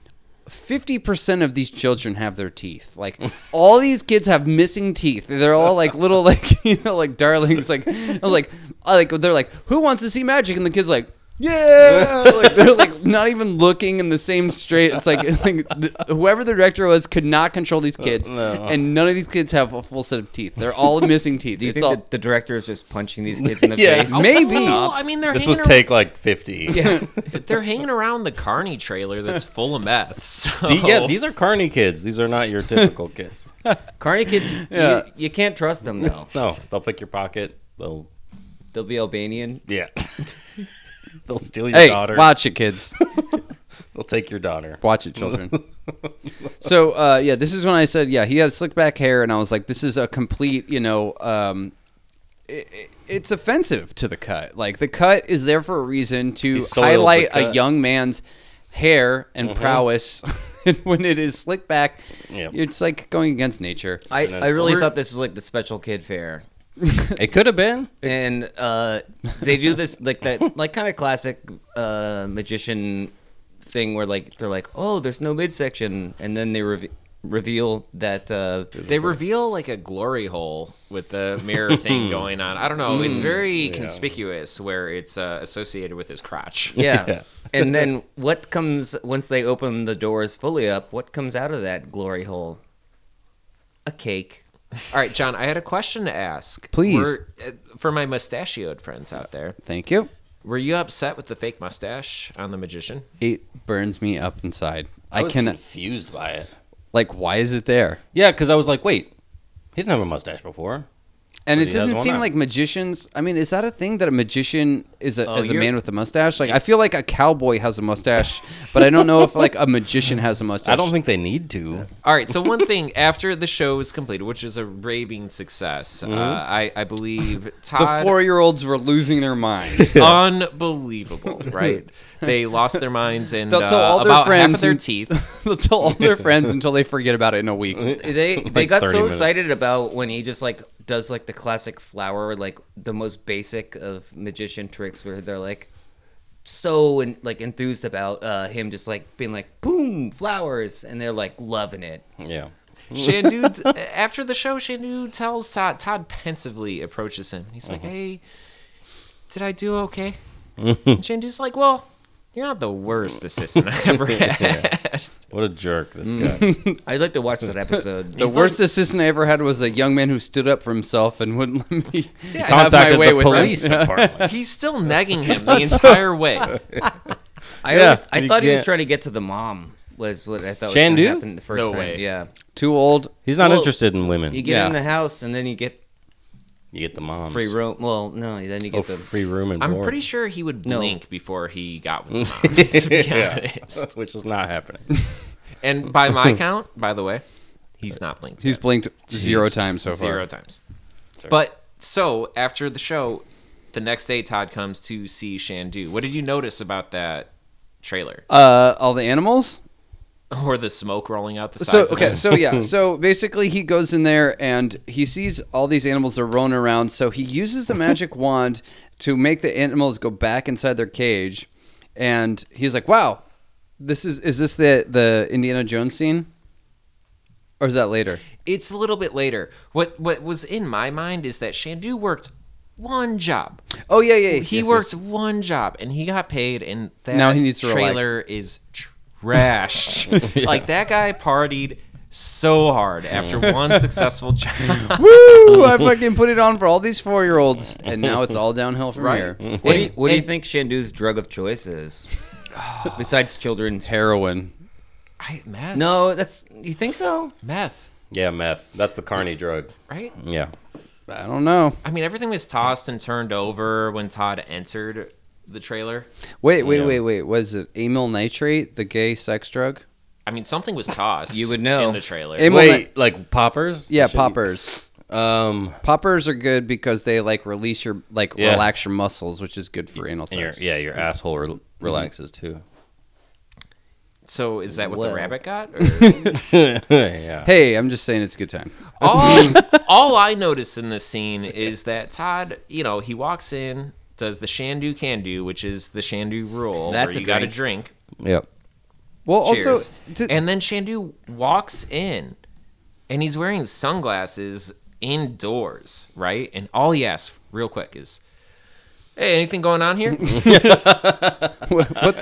50% of these children have their teeth. Like, all these kids have missing teeth. They're all like little, like, you know, like darlings. Like, I was like, I like, they're like, who wants to see magic? And the kid's like, yeah, like, they're like not even looking in the same straight. It's like, like th- whoever the director was could not control these kids, and none of these kids have a full set of teeth. They're all missing teeth. Do you it's think all, that the director is just punching these kids in the Yeah. face? Oh, Maybe. No, I mean they're This hanging was take like 50. Yeah, ar- they're hanging around the Carney trailer that's full of meth. So. yeah these are Carney kids. These are not your typical kids. Carney kids, Yeah. you, you can't trust them though. No, they'll pick your pocket. They'll, They'll be Albanian. yeah. they'll steal your Hey, daughter. watch it, kids. They'll take your daughter. Watch it, children. so uh, yeah, this is when I said, yeah, he had slick back hair, and I was like, this is a complete, you know, um, i i- it's offensive to the cut. Like the cut is there for a reason to soiled the highlight a cut. Mm-hmm. young man's hair and prowess. And when it is slick back, Yep. it's like going against nature. I, an I really insult. thought this was like the special kid fair. It could have been. and uh, they do this like that like kind of classic uh, magician thing where like they're like oh there's no midsection and then they reve- reveal that uh, They reveal like a glory hole with the mirror thing going on. I don't know. Mm. It's very conspicuous where it's uh, associated with his crotch. yeah. Yeah. and then what comes once they open the doors fully up what comes out of that glory hole a cake All right, John, I had a question to ask. Please. Were, uh, for my mustachioed friends out there, Thank you. were you upset with the fake mustache on the magician? It burns me up inside. I, I was cannot. confused by it. Like, why is it there? Yeah, because I was like, wait, he didn't have a mustache before. And But it he has doesn't one seem now. like magicians. I mean, is that a thing that a magician is a, Oh, is a you're- man with a mustache? Like, I feel like a cowboy has a mustache, but I don't know if like a magician has a mustache. I don't think they need to. All right, so one thing after the show was completed, which is a raving success, uh, I, I believe Mm-hmm. the Todd. four year olds were losing their mind. Unbelievable, right? they lost their minds and They'll uh, tell all their about half friends of their and- teeth. They'll tell all their friends until they forget about it in a Uh, week. they they got 30 so minutes. excited about when he just like does like the classic flower like the most basic of magician tricks where they're like so and like enthused about uh, him just like being like boom flowers and they're like loving it Yeah. Shandu, after the show, Shandu tells Todd. Todd pensively approaches him. He's like, "Hey, did I do okay?" And Shandu's like, "Well, you're not the worst assistant I ever had." What a jerk this guy. I'd like to watch that episode The worst assistant I ever had was a young man who stood up for himself and wouldn't let me Yeah. have my Contacted way the with him. police department. He's still negging him the entire way. I Yeah, always, I you thought he was can't- trying to get to the mom was what I thought was Shandu? gonna happen the first No time way. yeah Too old. He's not Well, interested in women. you You get get, Yeah. in the house and then you get the moms. free room well no then you Oh, get the free room and I'm board. pretty sure he would No. blink before he got with the mom, to be Yeah. honest. Which is not happening. And by my count, by the way, he's not blinked. He's blinked zero Jesus. times so zero far. times. But so after the show, the next day Todd comes to see Shandu. What did you notice about that trailer Uh, all the animals. or the smoke rolling out the so sides? of okay it? so yeah so basically he goes in there and he sees all these animals are rolling around so he uses the magic wand to make the animals go back inside their cage and he's like wow this is is this the the indiana jones scene or is that later it's a little bit later. What what was in my mind is that Shandu worked one job. oh yeah yeah He yes, worked yes. one job and he got paid, and that Now he needs to relax. trailer is trashed. Like that guy partied so hard after one successful job. woo i fucking put it on for all these four year olds and now it's all downhill from here what do you, And- what do you and- think Shandu's drug of choice is besides children's heroin I, meth, No, that's you think so? meth, Yeah, meth. That's the carney drug. right? Yeah. i don't know I mean, everything was tossed and turned over when Todd entered the trailer. wait wait Yeah. wait wait was it amyl nitrate the gay sex drug I mean, something was tossed. You would know. in the trailer. Am- Well, Wait, like poppers? yeah Should- poppers Um, Poppers are good because they like release your like Yeah. relax your muscles, which is good for anal and your, sex. yeah, your asshole re- relaxes too. so is that what Well. the rabbit got? Or? yeah. Hey, I'm just saying it's a good time. all, all I noticed in this scene is that Todd, you know, he walks in, does the Shandu can do, which is the Shandu rule. That's a where you got to drink. Yep. Well, Cheers. also, to- and then Shandu walks in, and he's wearing sunglasses indoors, right? And all he asks, real quick, is, Hey, anything going on here? What's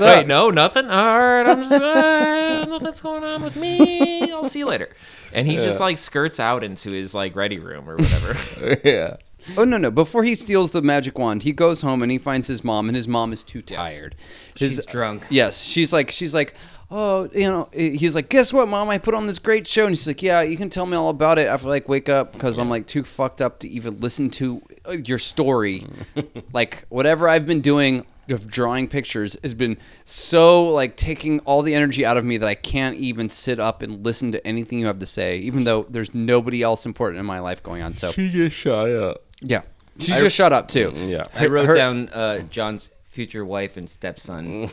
up? Wait, no, nothing. All right, I'm just, uh, nothing's going on with me. I'll see you later. And he just like skirts out into his like ready room or whatever. yeah. Oh no no! Before he steals the magic wand, he goes home and he finds his mom, and his mom is too tired. His- She's drunk. Yes, she's like she's like, oh, you know. He's like, guess what, mom? I put on this great show, and she's like, yeah, you can tell me all about it after like wake up because I'm like too fucked up to even listen to uh, your story. like whatever I've been doing of drawing pictures has been so like taking all the energy out of me that I can't even sit up and listen to anything you have to say, even though there's nobody else important in my life going on. So She just shot up. yeah. She just shut up too. Yeah. I wrote her- down uh, John's future wife and stepson.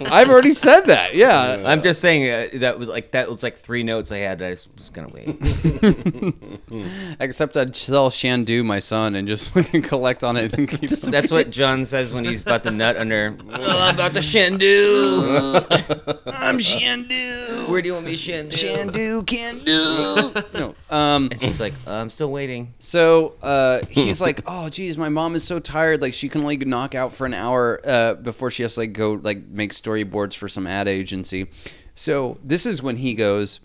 I've already said that. Yeah. I'm just saying uh, that was like that was like three notes I had. I just was gonna wait. Except I'd sell Shandu, my son, and just fucking collect on it and keep That's what John says when he's about to nut under. Oh, about the Shandu. I'm Shandu. Where do you want me, Shandu? Shandu can do. No. Um And she's like, uh, I'm still waiting. so uh he's like, "Oh geez, my mom is so tired like she can only knock out for an hour uh before she has to like go like make storyboards for some ad agency." So this is when he goes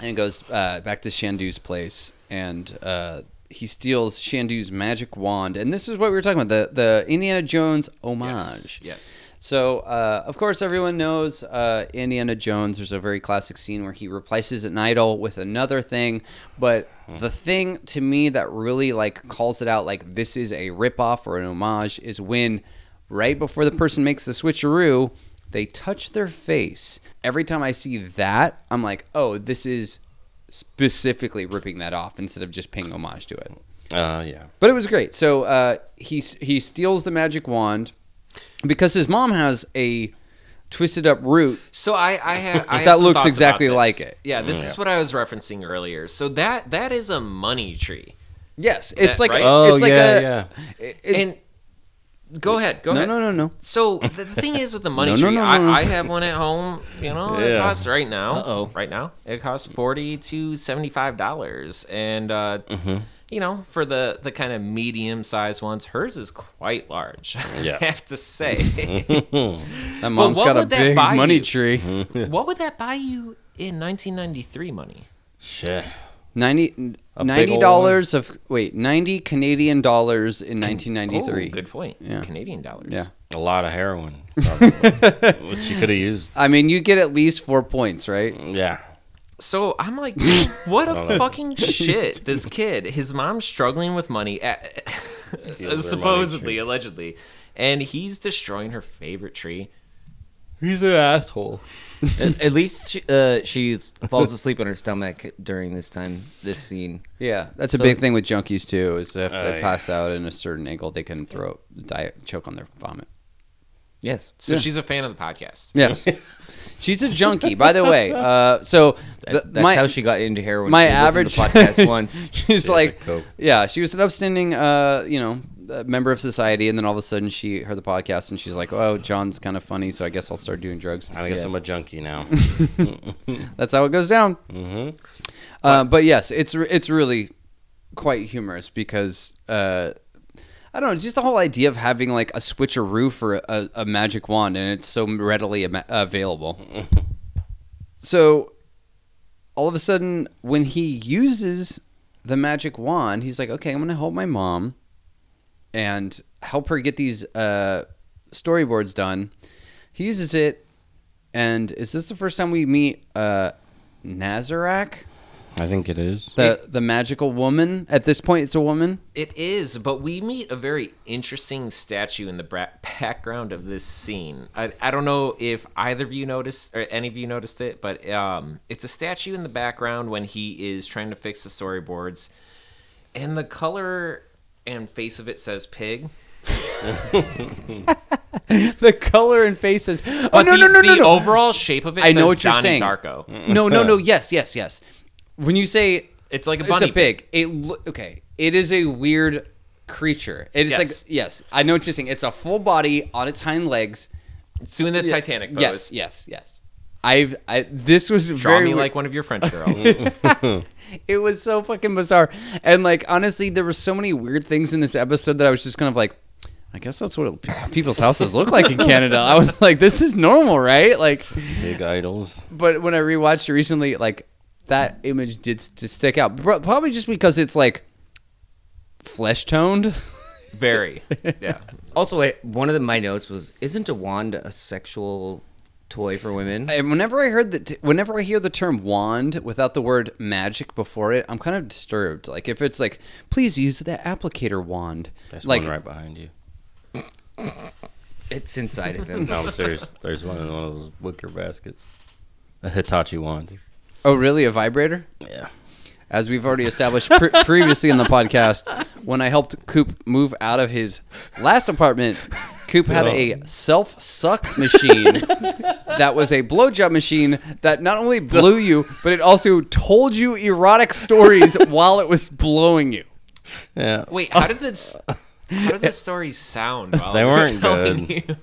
and goes uh, back to Shandu's place, and uh, he steals Shandu's magic wand. And this is what we were talking about the the Indiana Jones homage. yes. So uh, of course everyone knows uh, Indiana Jones. There's a very classic scene where he replaces an idol with another thing, but the thing to me that really like calls it out like this is a ripoff or an homage is when right before the person makes the switcheroo they touch their face every time i see that i'm like oh this is specifically ripping that off instead of just paying homage to it Uh, yeah. but it was great so uh, he, he steals the magic wand because his mom has a twisted up root So I, I have I have That some looks thoughts about exactly this. like it. Yeah, this is what I was referencing earlier. So that that is a money tree. yes it's That- like right? Oh, it's like yeah, a yeah. it- it- and go ahead, go no ahead. no no no So the thing is with the money No, no, tree, no, no, I, no. I have one at home. You know, it Yeah. costs right now. Uh-oh. Right now, it costs forty to seventy five dollars, and uh, Mm-hmm. you know, for the the kind of medium sized ones, hers is quite large. Yeah. I have to say. that mom's what got a would that big buy money you? tree Hmm. what would that buy you in nineteen ninety three money? Shit. 90 A big $90 old dollars of wait 90 canadian dollars in 1993 Oh, good point. Yeah. Canadian dollars. Yeah. A lot of heroin. Probably. Which she could have used. i mean you get at least four points Hmm. right Yeah. So I'm like, what a fucking shit! This kid, his mom's struggling with money, at, their money supposedly, tree. allegedly, and he's destroying her favorite tree. He's an asshole. At, at least she, uh, she falls asleep on her stomach during this time, this scene. yeah that's a So- big thing with junkies too is if Oh, they yeah. pass out in a certain angle they can throw die, choke on their vomit Yes. So she's a fan of the podcast. Yes. She's a junkie, by the way. Uh, so the, That's my, how she got into heroin. my She listened average to podcast once. She's Yeah, like, the coke. yeah, she was an upstanding, uh, you know, uh, member of society, and then all of a sudden she heard the podcast and she's like, oh, John's kind of funny, so I guess I'll start doing drugs. Oh, I guess I'm a junkie now. That's how it goes down. mm-hmm. Uh, but yes, it's re- it's really quite humorous because uh, I don't know, just the whole idea of having like a switcheroo for a, a magic wand, and it's so readily ama- available. so all of a sudden, when he uses the magic wand, he's like, "Okay, I'm going to help my mom and help her get these uh, storyboards done." He uses it, and is this the first time we meet uh, Nazarak? I think it is. the the magical woman. At this point, it's a woman. It is, but we meet a very interesting statue in the bra- background of this scene. I, I don't know if either of you noticed or any of you noticed it, but um, it's a statue in the background when he is trying to fix the storyboards, and the color and face of it says pig. The color and faces. Oh But no, the, no no no the no overall shape of it I says know what you're Donnie saying. Darko. no no no yes yes yes. When you say It's like a it's bunny. a pig. It lo- okay. It is a weird creature. It is Yes. like yes. I know what you're saying. It's a full body on its hind legs. It's doing the Titanic pose. Yes yes yes. I've I this was Draw very me weird. like one of your French girls. it was so fucking bizarre. And like honestly, there were so many weird things in this episode that I was just kind of like, I guess that's what it, people's houses look like in Canada. I was like, this is normal, right? Like, Big idols. but when I rewatched it recently, like that image did s- to stick out. Pro- Probably just because it's like flesh toned. Very. Yeah. Also, I, one of the, my notes was, isn't a wand a sexual toy for women? And whenever I heard that, whenever I hear the term wand without the word magic before it, I'm kind of disturbed. Like if it's like, please use the applicator wand. There's like one right behind you. It's inside of him. No, there's there's one in one of those wicker baskets. A Hitachi wand. oh really a vibrator? Yeah. As we've already established pre- previously in the podcast, when I helped Coop move out of his last apartment, Coop had a self suck machine that was a blowjob machine that not only blew you, but it also told you erotic stories while it was blowing you. Yeah. Wait, how did this? How did the story sound? While They I was weren't telling good.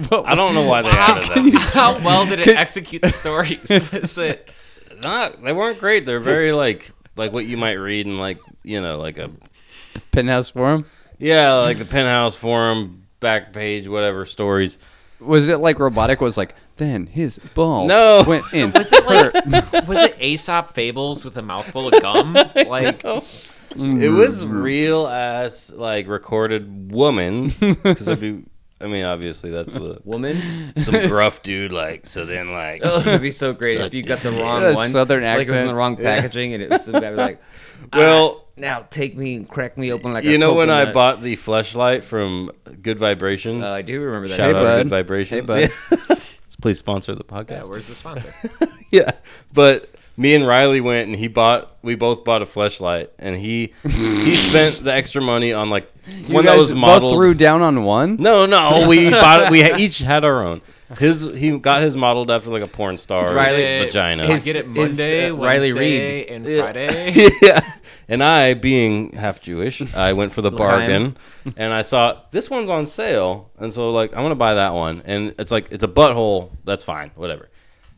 You? I don't know why they added that. How well did it execute the stories? Was it? Not, they weren't great. They're very like like what you might read in like you know like a Penthouse Forum? yeah like the penthouse forum back page whatever stories. Was it like robotic was like, then his balls No. went in. Was it like? was it Aesop Fables with a mouthful of gum? Like, It was Mm-hmm. real ass like recorded woman because it'd be. I mean, obviously that's the Woman? some gruff dude like. So then like Oh, it'd be so great if you got the wrong Yeah, one. southern Like it was in accent. the wrong packaging, and it was some guy was like, well. "Now take me and crack me open like a You know when I coconut." bought the flashlight from Good Vibrations? Uh, I do remember that. Shout Hey, out bud. Good Vibrations. Hey, bud. Yeah. Please sponsor the podcast. yeah, where's the sponsor? Yeah, but me and Riley went and he bought. We both bought a flashlight, and he he spent the extra money on like You one that guys was both modeled. threw down on one? no, no, we bought it. We ha- each had our own. His he got his modeled after like a porn star Riley- vagina. I His- get it Monday, his, uh, Riley Riley Reid. Reed, and Yeah. Friday. yeah. And I, being half Jewish, I went for the bargain, and I saw this one's on sale, and so like I'm gonna buy that one, and it's like it's a butthole. That's fine, whatever.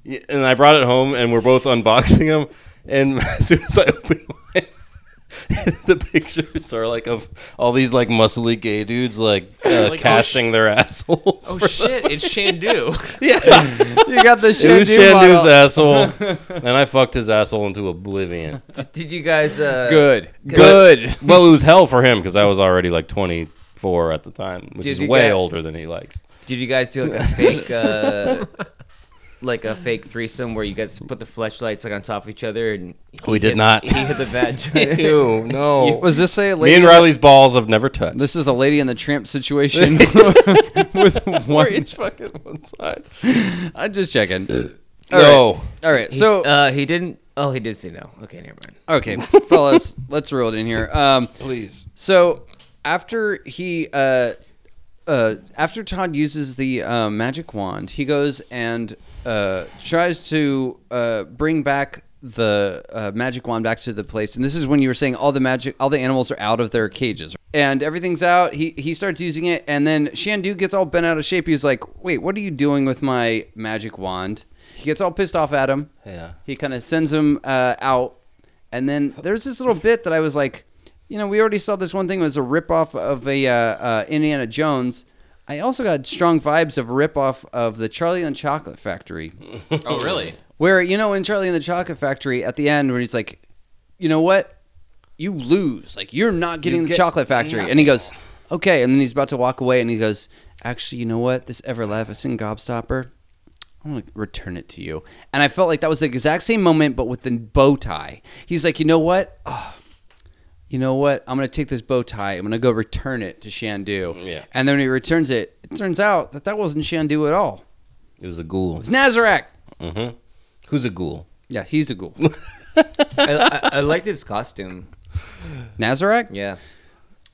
Y- And I brought it home, and we're both unboxing them, and as soon as I open mine. the pictures are like of all these like muscly gay dudes like, uh, Like, oh, casting their assholes. Oh for- shit! It's Shandu. yeah, You got the it was Shandu Shandu's model. asshole, and I fucked his asshole into oblivion. Did you guys? Uh, Good. But- Good. well, it was hell for him because I was already like 24 at the time, which Did is you way get- older than he likes. Did you guys do like a fake, uh, like a fake threesome where you guys put the fleshlights like on top of each other and he We did hit- not. He hit the vagina. Ew, no. Was this a Me lady? and Riley's balls have never touched. This is a lady in the tramp situation with We're one. each fucking one side. I'm just checking. Uh, no. All right, He- so uh, he didn't. Oh, he did say no. Okay, never mind. okay, fellas, let's roll it in here. Um, Please. so after he, uh, uh, after Todd uses the uh, magic wand, he goes and uh, tries to uh, bring back the uh, magic wand back to the place. And this is when you were saying all the magic, all the animals are out of their cages, and everything's out. He he starts using it, and then Shandu gets all bent out of shape. He's like, "Wait, what are you doing with my magic wand?" He gets all pissed off at him. Yeah. He kind of sends him uh, out, and then there's this little bit that I was like, you know, we already saw this one thing was a ripoff of a uh, uh, Indiana Jones. I also got strong vibes of a ripoff of the Charlie and the Chocolate Factory, Oh really? where you know in Charlie and the Chocolate Factory at the end where he's like, you know what, you lose, like you're not getting the get Chocolate Factory, and he goes, okay, and then he's about to walk away, and he goes, actually, you know what, this everlasting gobstopper. I'm gonna return it to you. And I felt like that was the exact same moment, but with the bow tie. He's like, you know what? Ah, you know what? I'm gonna take this bow tie. I'm gonna go return it to Shandu. Yeah. And then when he returns it, it turns out that that wasn't Shandu at all. It was a ghoul. It's Nazareth. Mm-hmm. Who's a ghoul? Yeah, he's a ghoul. I, I, I liked his costume. Nazareth. Yeah.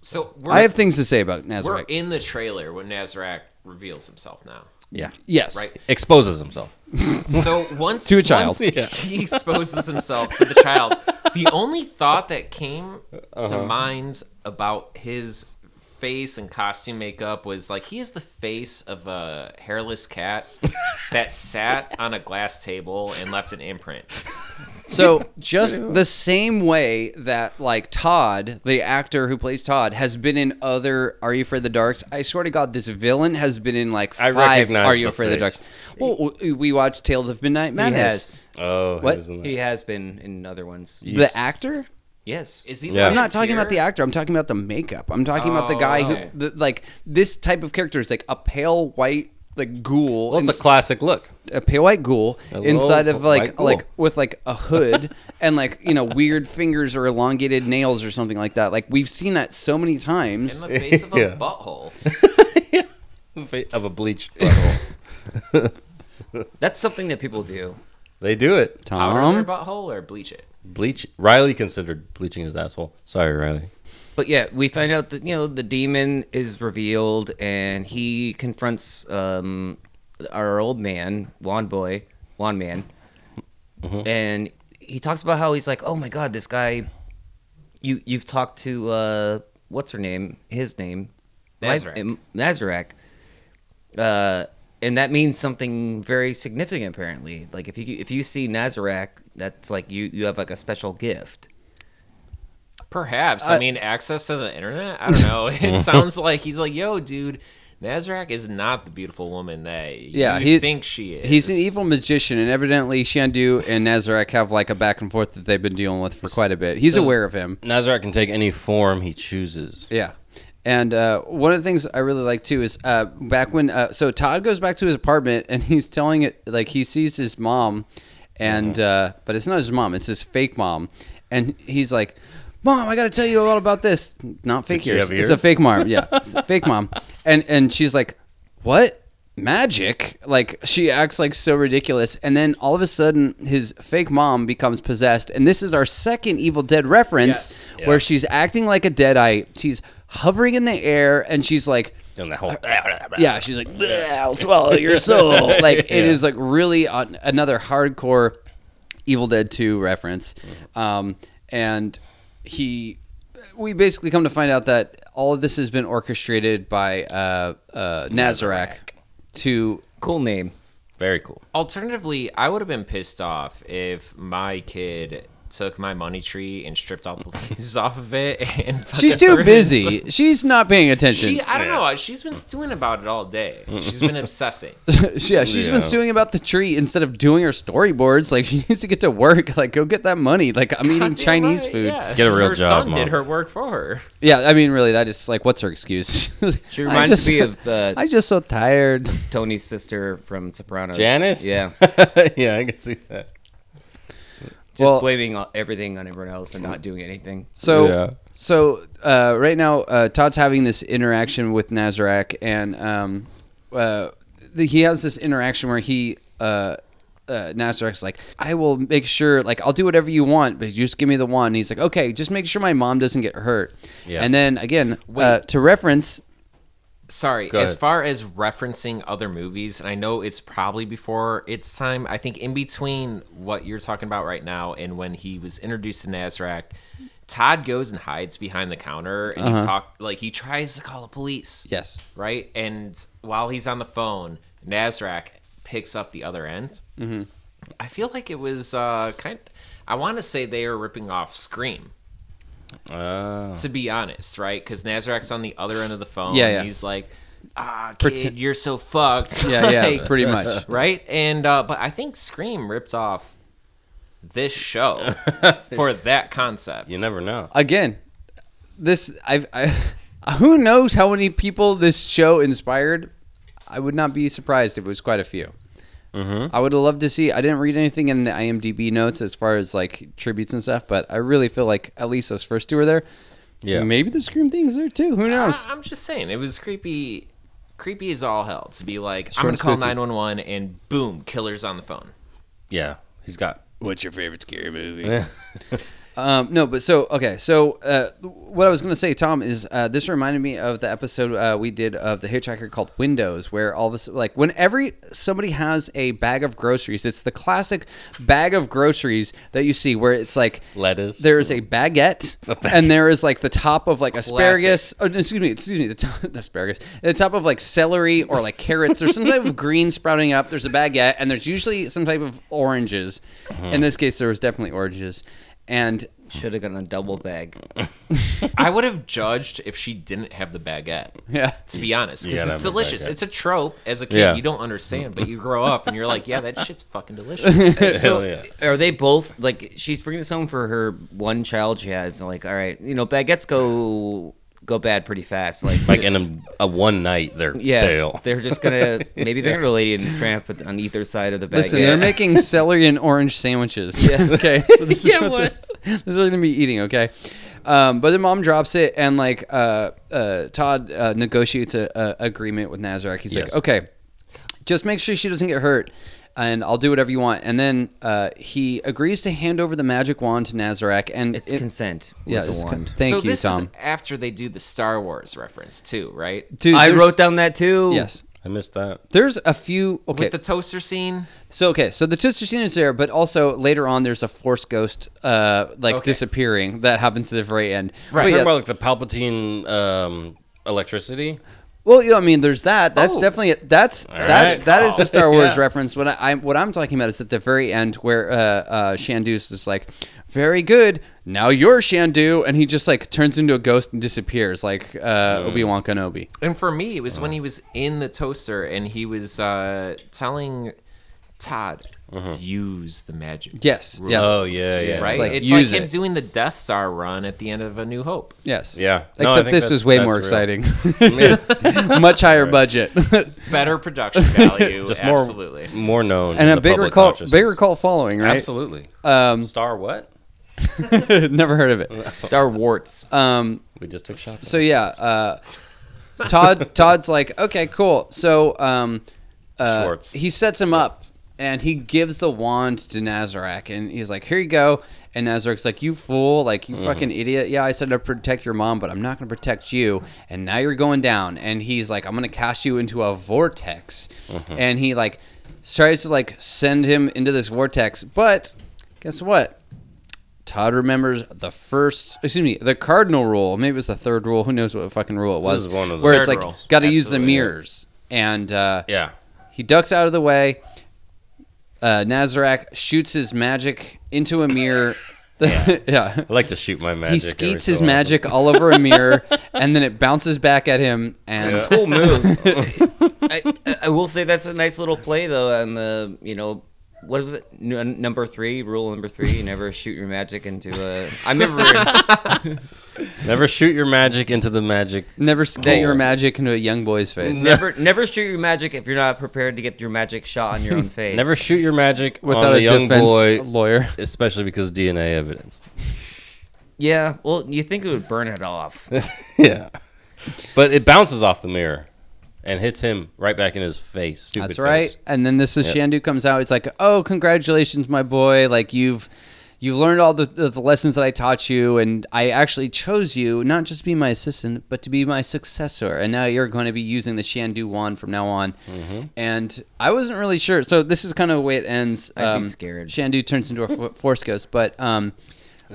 So we're, I have things to say about we're Nazareth. in the trailer when Nazareth reveals himself now. Yeah. Yes. Right. Exposes himself. So once To a child. once he exposes himself to the child. The only thought that came Uh-huh. to mind about his face and costume makeup was like he is the face of a hairless cat that sat on a glass table and left an imprint. So just the same way that like Todd, the actor who plays Todd, has been in other Are You Afraid of the Darks. I swear to God, this villain has been in like I five recognize Are You the Afraid of the face. Darks. Well, w- we watched Tales of Midnight Madness. has. Oh, What? He was in that. He has been in other ones. The actor? Yes. Is he? Yeah. I'm not talking about the here? actor. I'm talking about the makeup. I'm talking about the Oh, guy okay. who, the, like, this type of character is like a pale white, like ghoul. Well, it's a ins- classic look. a pale white ghoul A little inside of pale like white ghoul. like with like a hood and like you know weird fingers or elongated nails or something like that. Like we've seen that so many in times. the face of a Yeah. butthole. Um. Of a bleach butthole. That's something that people do. they do it. Powder their Tom, butthole or bleach it. Bleach. Riley considered bleaching his asshole. Sorry, Riley. But yeah, we find out that you know the demon is revealed, and he confronts um, our old man, Juan Boy, Juan Man, and he talks about how he's like, "Oh my God, this guy, you you've talked to uh, what's her name, his name, My- Nazareth. um, Nazareth, uh, and that means something very significant apparently. Like if you if you see Nazareth, that's like you you have like a special gift." Perhaps. Uh, I mean, access to the internet? I don't know. Mm-hmm. It sounds like he's like, yo, dude, Nazareth is not the beautiful woman that Yeah, you he's- think she is. he's an evil magician, and evidently Shandu and Nazarek have like a back and forth that they've been dealing with for quite a bit. He's Says- aware of him. Nazareth can take any form he chooses. Yeah. And uh, one of the things I really like too is uh, back when uh, so Todd goes back to his apartment and he's telling it like he sees his mom, and Mm-hmm. uh, but it's not his mom, it's his fake mom, and he's like, "Mom, I got to tell you all about this." Not fake she yours. have It's a ears? fake mom. Yeah, it's a fake mom. And and she's like, "What?" Magic, like she acts like so ridiculous, and then all of a sudden his fake mom becomes possessed. And this is our second Evil Dead reference, Yes. Yeah. where she's acting like a deadite. She's hovering in the air, and she's like, And that whole. yeah, she's like, "Bleh, I'll swallow your soul. Like it is like really on, another hardcore Evil Dead Two reference, um, and he. We basically come to find out that all of this has been orchestrated by uh, uh, Nazareth to. Cool name. Very cool. Alternatively, I would have been pissed off if my kid took my money tree and stripped all the leaves off of it. And She's fucking too threw it busy. She's not paying attention. She, I don't know. She's been stewing about it all day. She's been obsessing. yeah, she's been Yeah. stewing about the tree instead of doing her storyboards. Like she needs to get to work. Like go get that money. Like I'm eating Goddamn Chinese right, food. Yeah. yeah. Get a real her job, son did Mom. her work for her. I mean, really, that is like, what's her excuse? She reminds me of uh, I'm just so tired. Tony's sister from Sopranos. Janice? Yeah. yeah, I can see that. Just Well- blaming all- everything on everyone else and not doing anything. So, Yeah. so uh, right now, uh, Todd's having this interaction with Nazareth, and um, uh, the, he has this interaction where he. Uh, uh, Nazareth's like, I will make sure, like, I'll do whatever you want, but you just give me the one. And he's like, okay, just make sure my mom doesn't get hurt. Yeah. And then again, uh, to reference, Sorry, Go as ahead. far as referencing other movies, and I know it's probably before its time, I think in between what you're talking about right now and when he was introduced to Nazareth, Todd goes and hides behind the counter and Uh-huh. he talk like he tries to call the police. yes, Right? And while he's on the phone, Nazareth picks up the other end. Mm-hmm. I feel like it was uh, kind I want to say they were ripping off Scream Oh. to be honest, right? Because Nazareth's on the other end of the phone. Yeah, yeah. He's like, ah, kid, Pretend- you're so fucked. yeah, yeah, Like, pretty much. right? And uh, but I think Scream ripped off this show for that concept. You never know. again, this I've, I who knows how many people this show inspired. I would not be surprised if it was quite a few. I would have loved to see. I didn't read anything in the IMDb notes as far as like tributes and stuff, but I really feel like at least those first two are there. Yeah. maybe the Scream thing's there too. Who knows? I, am just saying, it was creepy. Creepy as all hell to be like, Short I'm gonna and call spooky. 911 and boom, killer's on the phone. Yeah. He's got. What's your favorite scary movie? Um, no, but so okay. So uh, what I was going to say, Tom, is uh, this reminded me of the episode uh, we did of the Hitchhiker called Windows, where all this like whenever somebody has a bag of groceries, it's the classic bag of groceries that you see where it's like Lettuce. There is a baguette, and there is like the top of like asparagus. Oh, no, excuse me, excuse me, the top, asparagus, the top of like celery or like carrots or some type of green sprouting up. There's a baguette, and there's usually some type of oranges. In this case, there was definitely oranges. And Should have gotten a double bag. I would have judged if she didn't have the baguette. Yeah. To be honest, You because gotta it's have a delicious. baguette. It's a trope as a kid. Yeah. You don't understand, but you grow up and you're like, yeah, that shit's fucking delicious. So yeah. are they both like she's bringing this home for her one child she has? and Like, all right, you know, baguettes go go bad pretty fast. Like, Like in a, a one night, they're yeah, stale. they're just gonna maybe they're gonna lay in the tramp at- on either side of the baguette. Listen, they're making celery and orange sandwiches. Yeah. Okay. So this is what, they're- this is what they're gonna be eating. Okay. Um, but the mom drops it, and like uh, uh, Todd uh, negotiates a, a agreement with Nazareth. He's Yes. like, okay, just make sure she doesn't get hurt, and I'll do whatever you want. And then uh, he agrees to hand over the magic wand to Nazareth, and it's it- consent. with Yes, the it's con- wand. thank so you, this Tom. Is after they do the Star Wars reference too, right? Dude, I there's- wrote down that too. yes. I missed that. There's a few. Okay, With the toaster scene. So okay, so the toaster scene is there, but also later on, there's a force ghost uh like Okay. disappearing that happens at the very end. Right. But yeah- about like the Palpatine um, electricity. well, yeah, I mean, there's that. That's Oh. definitely that's All that right. that is a Star Wars Yeah. reference. What I, I what I'm talking about is at the very end where uh, uh Shandu's just like, very good. Now you're Shandu, and he just like turns into a ghost and disappears, like uh, Obi Wan Kenobi. And for me, it was Uh-huh. when he was in the toaster and he was uh, telling Todd, Uh-huh. use the magic. Yes, yes. Oh yeah, yeah, Right? It's like, like, use him it. doing the Death Star run at the end of A New Hope. Yes. Yeah. No, I Except think this that's- was way that's more real. exciting. Yeah. Much higher budget. Better production value. Just more, absolutely. more known in and the a bigger public call, consciousness. bigger call following, right? Absolutely. Um, Star what? never heard of it. Star warts. Uh, Um, We just took shots. so yeah, uh, Todd, Todd's like, okay, cool. So, um, uh, Schwartz. he sets him up and he gives the wand to Nazareth and he's like, here you go. And Nazareth's like, you fool, like you fucking idiot. Yeah, I said to protect your mom, but I'm not going to protect you. And now you're going down. And he's like, I'm going to cast you into a vortex. And he like tries to like send him into this vortex, but guess what? Todd remembers the first, excuse me, the cardinal rule. Maybe it was the third rule. Who knows what fucking rule it was? is one of the- where it's Third like, rule. got to use the Absolutely. mirrors. And uh, yeah. he ducks out of the way. Uh, Nazareth shoots his magic into a mirror. yeah. I like to shoot my magic. He every skeets so his often. magic all over a mirror, and then it bounces back at him. And Yeah. cool move. I, I- I will say that's a nice little play though, on the you know. What was it? N- number three, rule number three: you never shoot your magic into a. I remember Never shoot your magic into the magic. never skeet your magic into a young boy's face. never, never shoot your magic if you're not prepared to get your magic shot on your own face. Never shoot your magic Without on a the young defense boy, lawyer. especially because DNA evidence. Yeah, well, you think it would burn it off. yeah. But it bounces off the mirror and hits him right back in his face. Stupid That's right. face. And then this is Shandu comes out. He's like, "Oh, congratulations, my boy! Like you've you've learned all the, the the lessons that I taught you, and I actually chose you not just to be my assistant, but to be my successor. And now you're going to be using the Shandu wand from now on." And I wasn't really sure. So this is kind of the way it ends. Um, I'd be scared. Shandu turns into a fo- force ghost, but um.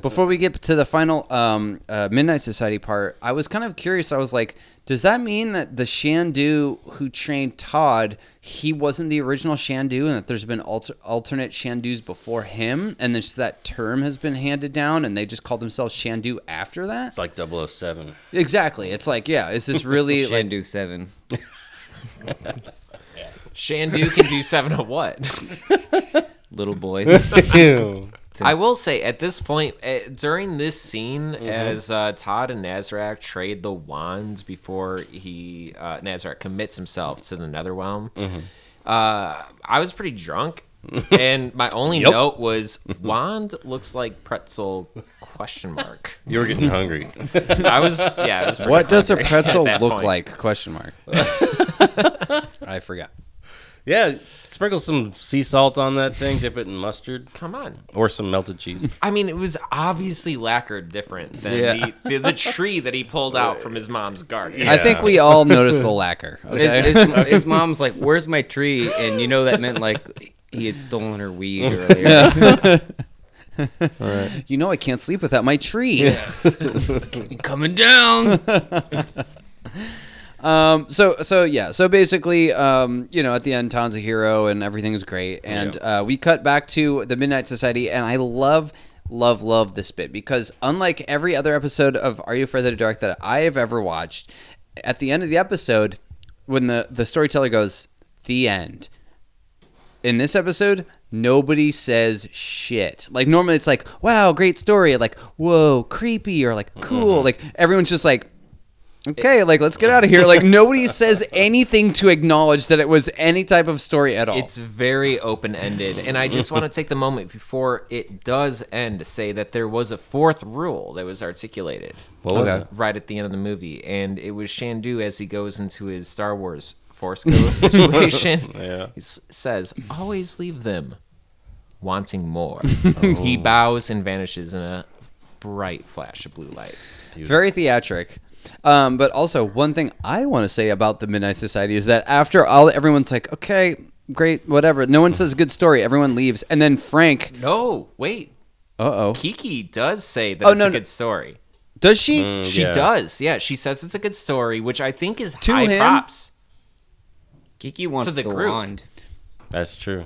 Before we get to the final um, uh, Midnight Society part, I was kind of curious. I was like, does that mean that the Shandu who trained Todd, he wasn't the original Shandu, and that there's been alter- alternate Shandus before him, and there's that term has been handed down, and they just called themselves Shandu after that? It's like 007. exactly. It's like, yeah, is this really like? Shandu seven. Shandu can do seven of what? Little boy. I will say at this point, uh, during this scene, as uh, Todd and Nazareth trade the wands before he uh, Nazareth commits himself to the Netherrealm, uh, I was pretty drunk, and my only note was wand looks like pretzel question mark. You were getting hungry. I was yeah. I was pretty What does a hungry at pretzel that look point. like? Question mark. I forgot. Yeah, sprinkle some sea salt on that thing, dip it in mustard Come on. or some melted cheese. I mean, it was obviously lacquered different than Yeah. the, the, the tree that he pulled out from his mom's garden. I think we all noticed the lacquer. Okay? His, his, his mom's like, "Where's my tree?" And you know that meant like he had stolen her weed earlier. you know I can't sleep without my tree. Coming down. Um, so so yeah. So basically, um, you know, at the end, Tan's a hero and everything's great. And uh, we cut back to the Midnight Society, and I love. Love, love this bit because unlike every other episode of Are You Afraid of the Dark that I have ever watched, at the end of the episode, when the, the storyteller goes, the end, in this episode, nobody says shit. Like normally it's like, wow, great story, like, whoa, creepy, or like cool. Mm-hmm. Like everyone's just like Okay, like let's get out of here. Like nobody says anything to acknowledge that it was any type of story at all. It's very open ended. And I just want to take the moment before it does end to say that there was a fourth rule that was articulated What was Okay. it? right at the end of the movie. And it was Shandu as he goes into his Star Wars Force Ghost situation. Yeah. He s- says, Always leave them wanting more. Oh. He bows and vanishes in a bright flash of blue light. very theatric. Um, but also one thing I want to say about the Midnight Society is that after all, everyone's like, okay, great, whatever. No one says good story. Everyone leaves, and then Frank. No, wait. Uh oh. Kiki does say that Oh, it's no, a no. good story. Does she? She Oh, yeah. does. Yeah, she says it's a good story, which I think is To high him? props. Kiki wants To the the, group. wand. That's true.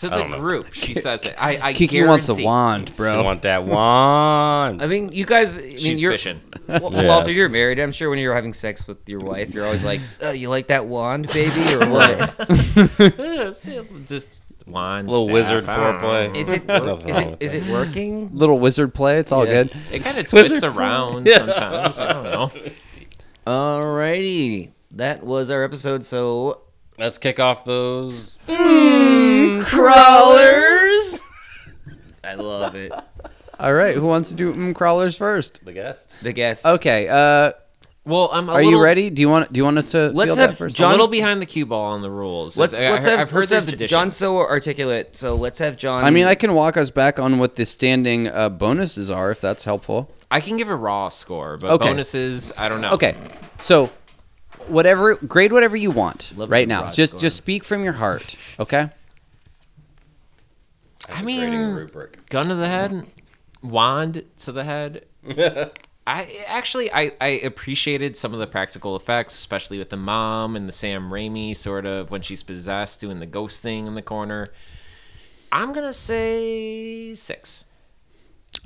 To I the don't know. group, she says it. I, I Kiki wants a guarantee- wand, Still bro. want that wand. I mean, you guys. I mean, She's you're, fishing. Wa- Yes. Walter, you're married. I'm sure when you're having sex with your wife, you're always like, oh, "You like that wand, baby, or what? Just wand. Little staff, wizard I don't know. foreplay. Is it Nothing wor- is wrong it with is it working?" Little wizard play. It's all Yeah. good. It kind of twists around sometimes. I don't know. Alrighty, that was our episode. So Let's kick off those. crawlers. I love it. All right. Who wants to do mm, crawlers first? The guest. The guest. Okay. Uh, Well, I'm. A are little, you ready? Do you want? Do you want us to? Let's field that have first? A John's- little behind the cue ball on the rules. Let's I, let's I, have I've heard let's have there's additions. John's so articulate. So let's have John. I mean, I can walk us back on what the standing uh, bonuses are if that's helpful. I can give a raw score, but Okay. bonuses, I don't know. Okay, so whatever grade, whatever you want Love right the now. broad Just score. just speak from your heart. Okay. I mean, rubric. gun to the head, wand to the head. I actually I, I appreciated some of the practical effects, especially with the mom and the Sam Raimi sort of when she's possessed doing the ghost thing in the corner. I'm gonna say six.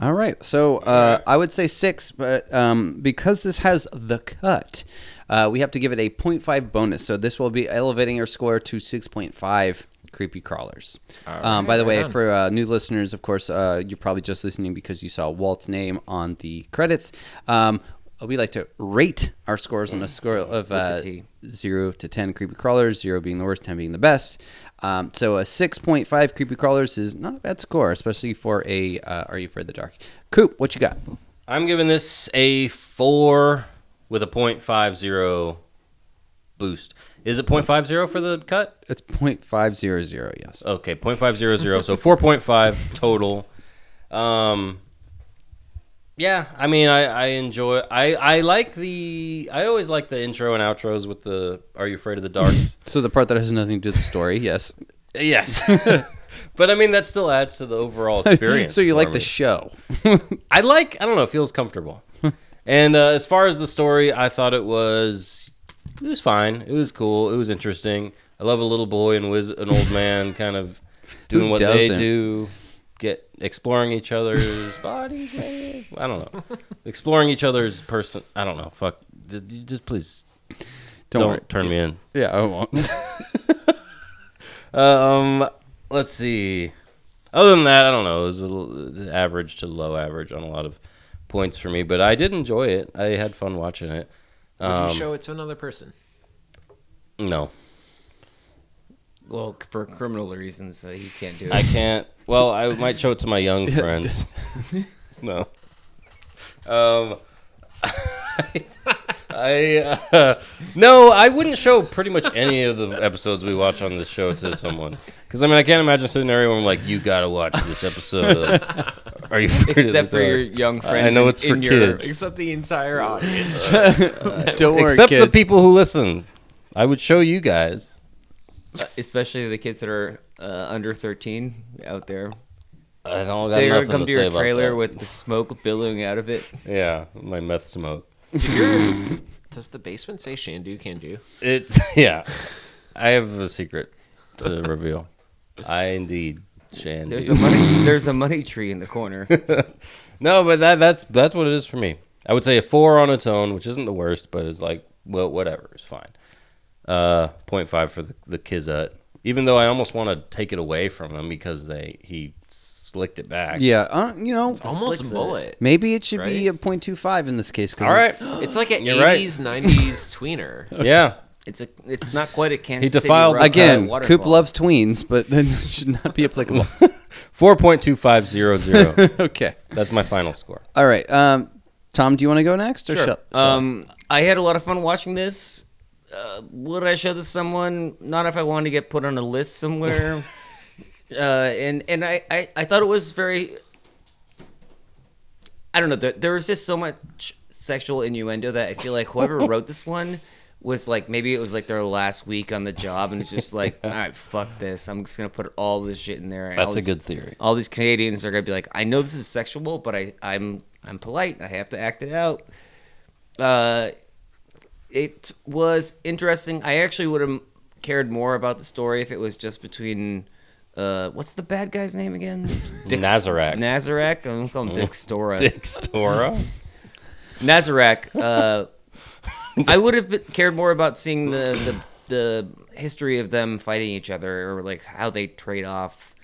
All right. So uh, I would say six, but um, because this has the cut, uh, we have to give it a 0.5 bonus. So this will be elevating our score to 6.5 creepy crawlers. um, by the way, for uh, new listeners, of course, uh, you're probably just listening because you saw Walt's name on the credits. Um, we like to rate our scores on a score of uh, T. zero to 10 creepy crawlers, zero being the worst, 10 being the best. Um, so a 6.5 creepy crawlers is not a bad score, especially for a uh, Are You Afraid of the Dark? Coop, what you got? I'm giving this a four with a .50 boost. Is it .50 for the cut? It's 0.500, yes. Okay, .500. so 4.5 total. Um, yeah, I mean, I, I enjoy. I I like the. I always like the intro and outros with the "Are You Afraid of the Darks." So the part that has nothing to do with the story, yes. yes, but I mean that still adds to the overall experience. so you like for the me. show. I like. I don't know. It feels comfortable. and uh, as far as the story, I thought it was. It was fine. It was cool. It was interesting. I love a little boy and wiz- an old man kind of doing Who what they doesn't? do, get exploring each other's bodies. Maybe? I don't know. Exploring each other's person. I don't know. Fuck. D- d- Just please Don't, don't, worry. turn me in. Yeah, I won't. Um, let's see. Other than that, I don't know. It was a little, average to low average on a lot of points for me, but I did enjoy it. I had fun watching it. Would Um, you show it to another person? No, well, for criminal reasons, so you can't do it. I can't. Well, I might show it to my young friends. no. Um, I uh, no, I wouldn't show pretty much any of the episodes we watch on this show to someone because I mean I can't imagine a scenario where I'm like, you gotta watch this episode. Of, Are you afraid of the Except for your dark?" young friends. I know in- it's for in your- kids. Except the entire audience. Don't worry, Except the kids. people who listen. I would show you guys. especially the kids that are uh, under 13 out there. I don't got They're nothing gonna come to to, say your about trailer that. with the smoke billowing out of it. yeah my meth smoke. Does the basement say Shandu can do? It's yeah. I have a secret to reveal. I indeed Shan. There's do. a money. There's a money tree in the corner. No, but that that's that's what it is for me. I would say a four on its own, which isn't the worst, but it's like well, whatever, it's fine. Uh, 0.5 for the, the Kizut, even though I almost want to take it away from him because they he slicked it back. Yeah, uh, you know, Almost a bullet. maybe it should be a Right? 0.25 in this case. 'cause All right. It's like an You're right. 80s, 90s tweener. Yeah. It's a. It's not quite a Kansas. He City defiled- rock- Again, uh, Coop waterfall. loves tweens, but then it should not be applicable. 4.2500. okay. that's my final score. All right. Um, Tom, do you want to go next or shall- Um, I had a lot of fun watching this. Uh, would I show this to someone? Not if I wanted to get put on a list somewhere. uh, and and I, I, I thought it was very. I don't know. There, there was just so much sexual innuendo that I feel like whoever wrote this one was like maybe it was like their last week on the job and it's just like all right fuck this i'm just gonna put all this shit in there and all That's a these- good theory. all these canadians are gonna be like i know this is sexual but i i'm i'm polite i have to act it out uh, it was interesting. I actually would have cared more about the story if it was just between. Uh, what's the bad guy's name again? Dix- Nazareth. Nazareth. I'm gonna call him Dick Stora. Dick Stora. Nazareth. Uh, I would have been- cared more about seeing the, the the history of them fighting each other, or like how they trade off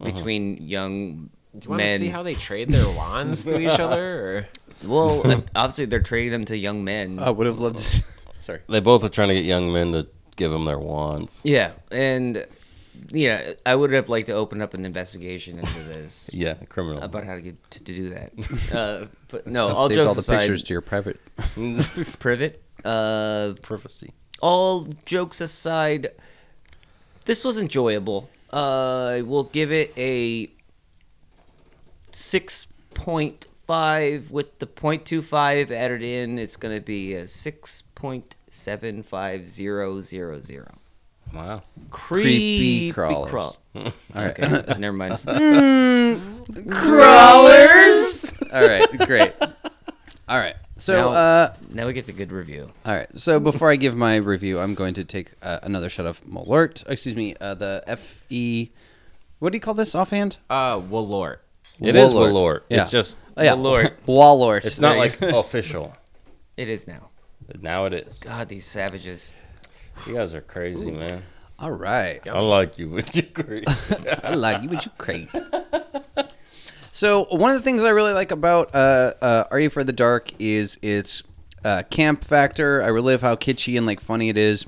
Mm-hmm. between young Do you want to men. see how they trade their wands to each other? Or? well, obviously they're trading them to young men. I would have loved to. Sorry. They both are trying to get young men to give them their wands. Yeah, and yeah, I would have liked to open up an investigation into this Yeah, criminal. about how to get to, to do that. Uh, but no, I've all saved jokes all the aside, pictures to your private. privet. Uh, privacy. all jokes aside, this was enjoyable. Uh, I will give it a six point five with the 0.25 added in. It's going to be a six point seven five zero zero zero. Wow. Creepy Creepy, crawlers. crawl- All right. Okay, never mind. Crawlers. Hmm. all right. Great. All right. So, Now- uh, Now we get the good review. all right. So before I give my review, I'm going to take uh, another shot of Malort. Excuse me. Uh, the F E. What do you call this offhand? Uh, well, Lord. It is Wallort. Wallort. Yeah. It's just Oh, yeah. Malort. Wallort. it's not There you like official. It is now. Now it is. God, these savages. You guys are crazy, man. All right. I like you, but you're crazy. I like you, but you crazy. so one of the things I really like about uh, uh, Are You for the Dark is its uh, camp factor. I relive how kitschy and like funny it is.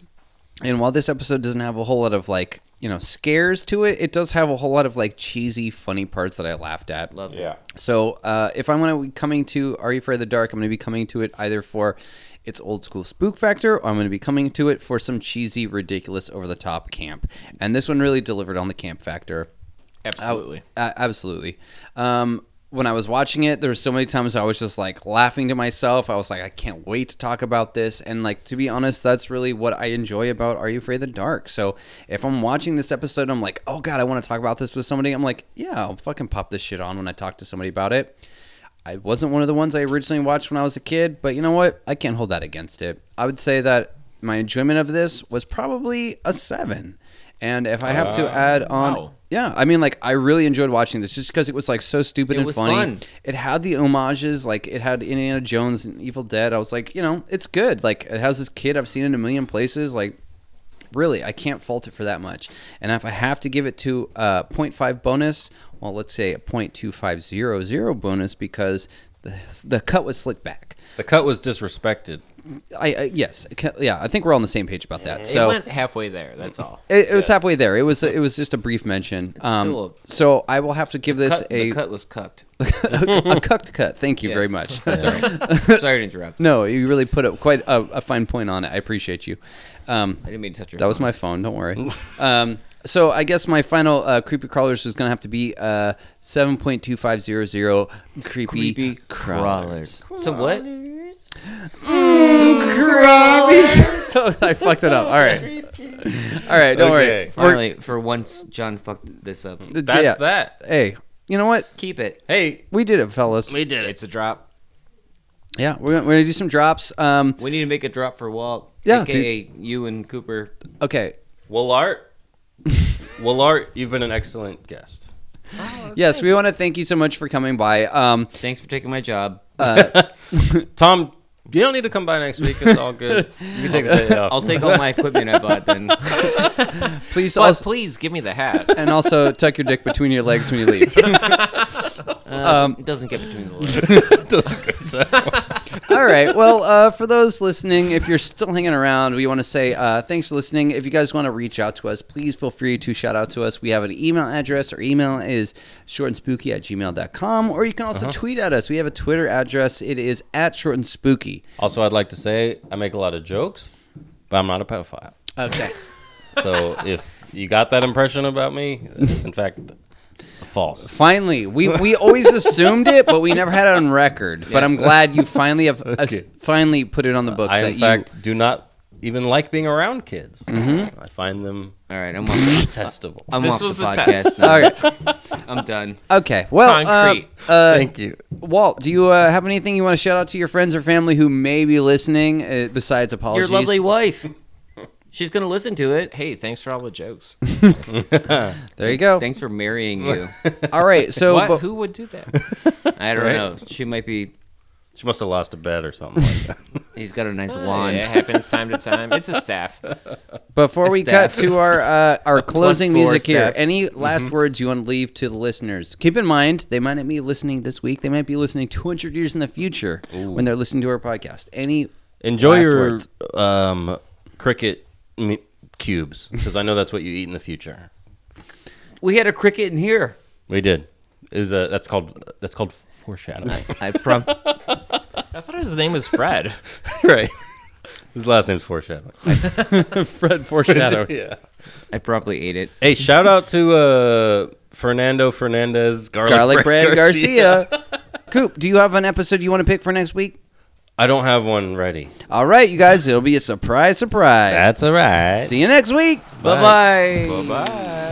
And while this episode doesn't have a whole lot of like you know scares to it, it does have a whole lot of like cheesy, funny parts that I laughed at. Love it. So uh, if I'm going to be coming to Are You Afraid of the Dark, I'm going to be coming to it either for its old school spook factor, or I'm going to be coming to it for some cheesy, ridiculous, over the top camp. And this one really delivered on the camp factor. Absolutely. Uh, absolutely. Um, when I was watching it, there were so many times I was just like laughing to myself. I was like, I can't wait to talk about this. And like to be honest, that's really what I enjoy about Are You Afraid of the Dark? So if I'm watching this episode, I'm like, oh god, I want to talk about this with somebody. I'm like, yeah, I'll fucking pop this shit on when I talk to somebody about it. I wasn't one of the ones I originally watched when I was a kid, but you know what? I can't hold that against it. I would say that my enjoyment of this was probably a seven. And if I have to add on, wow. yeah, I mean, like I really enjoyed watching this just because it was like so stupid It and was funny. fun. It had the homages, like it had Indiana Jones and Evil Dead. I was like, you know, it's good. Like it has this kid I've seen in a million places. Like really, I can't fault it for that much. And if I have to give it to a 0.5 bonus, well, let's say a 0.2500 bonus because the the cut was slick back. The cut was disrespected. I, I yes, ca- yeah. I think we're all on the same page about that. it So went halfway there. That's all. it, it's halfway there. It was it was just a brief mention. Um, still a- so I will have to give this Cut, a the cut was cucked. a cucked cut. Thank you very Yes. much. Sorry to interrupt. no, you really put up quite a, a fine point on it. I appreciate you. Um, I didn't mean to touch your. that was my phone. Don't worry. um, so I guess my final uh, creepy crawlers is going to have to be uh, seven point two five zero zero creepy, creepy crawlers. So what? so I fucked it up. All right, all right. Don't Okay. worry. We're- Finally, for once, John fucked this up. That's yeah. that. Hey, you know what? Keep it. Hey, We did it, fellas. we did it. It's a drop. Yeah, we're gonna, we're gonna do some drops. Um, We need to make a drop for Walt. Yeah, AKA you and Cooper. okay. Willart. Willart, you've been an excellent guest. Yes, we want to thank you so much for coming by. Um, Thanks for taking my job. Tom, you don't need to come by next week. It's all good. You can take the day off. I'll take all my equipment I bought then. Uh, please, But also, please give me the hat. and also tuck your dick between your legs when you leave. Um, it doesn't get between the legs. All right. Well, uh, for those listening, if you're still hanging around, we want to say uh, thanks for listening. If you guys want to reach out to us, please feel free to shout out to us. We have an email address. Our email is shortandspooky at gmail.com, or you can Uh-huh. also tweet at us. We have a Twitter address. It is at shortandspooky. Also, I'd like to say I make a lot of jokes, but I'm not a pedophile. Okay. So if you got that impression about me, it's in fact false. Finally, we, we always assumed it, but we never had it on record. But I'm glad you finally have us, finally put it on the books. Uh, I that in you- fact do not even like being around kids. Mm-hmm. I find them All right, I'm off. detestable. I'm This off was the, the podcast. test. now. All right. I'm done. Okay. Well, uh, Concrete. uh, Thank you. Walt, do you uh, have anything you want to shout out to your friends or family who may be listening? Uh, besides Your apologies, lovely wife. She's gonna listen to it. Hey, thanks for all the jokes. There you go. Thanks for marrying you. All right, so what? but- Who would do that? I don't Right? know. She might be. She must have lost a bet or something like that. He's got a nice Yeah, wand. it happens time to time. It's a staff. before we cut staff. to our uh, our closing four music here, staff. Mm-hmm. any last words you want to leave to the listeners? Keep in mind they might not be listening this week; they might be listening 200 years in the future when they're listening to our podcast. Any Enjoy Last your words. um, cricket me- cubes because I know that's what you eat in the future. We had a cricket in here. We did. It was a, that's called that's called foreshadowing. I prom. I thought his name was Fred. right. His last name's foreshadowing. Fred foreshadow? yeah. I promptly ate it. Hey, shout out to uh, Fernando Fernandez garlic, Garlic bread, bread Garcia. Coop, do you have an episode you want to pick for next week? I don't have one ready. All right, you guys, it'll be a surprise, surprise. all right. See you next week. Bye bye. Bye.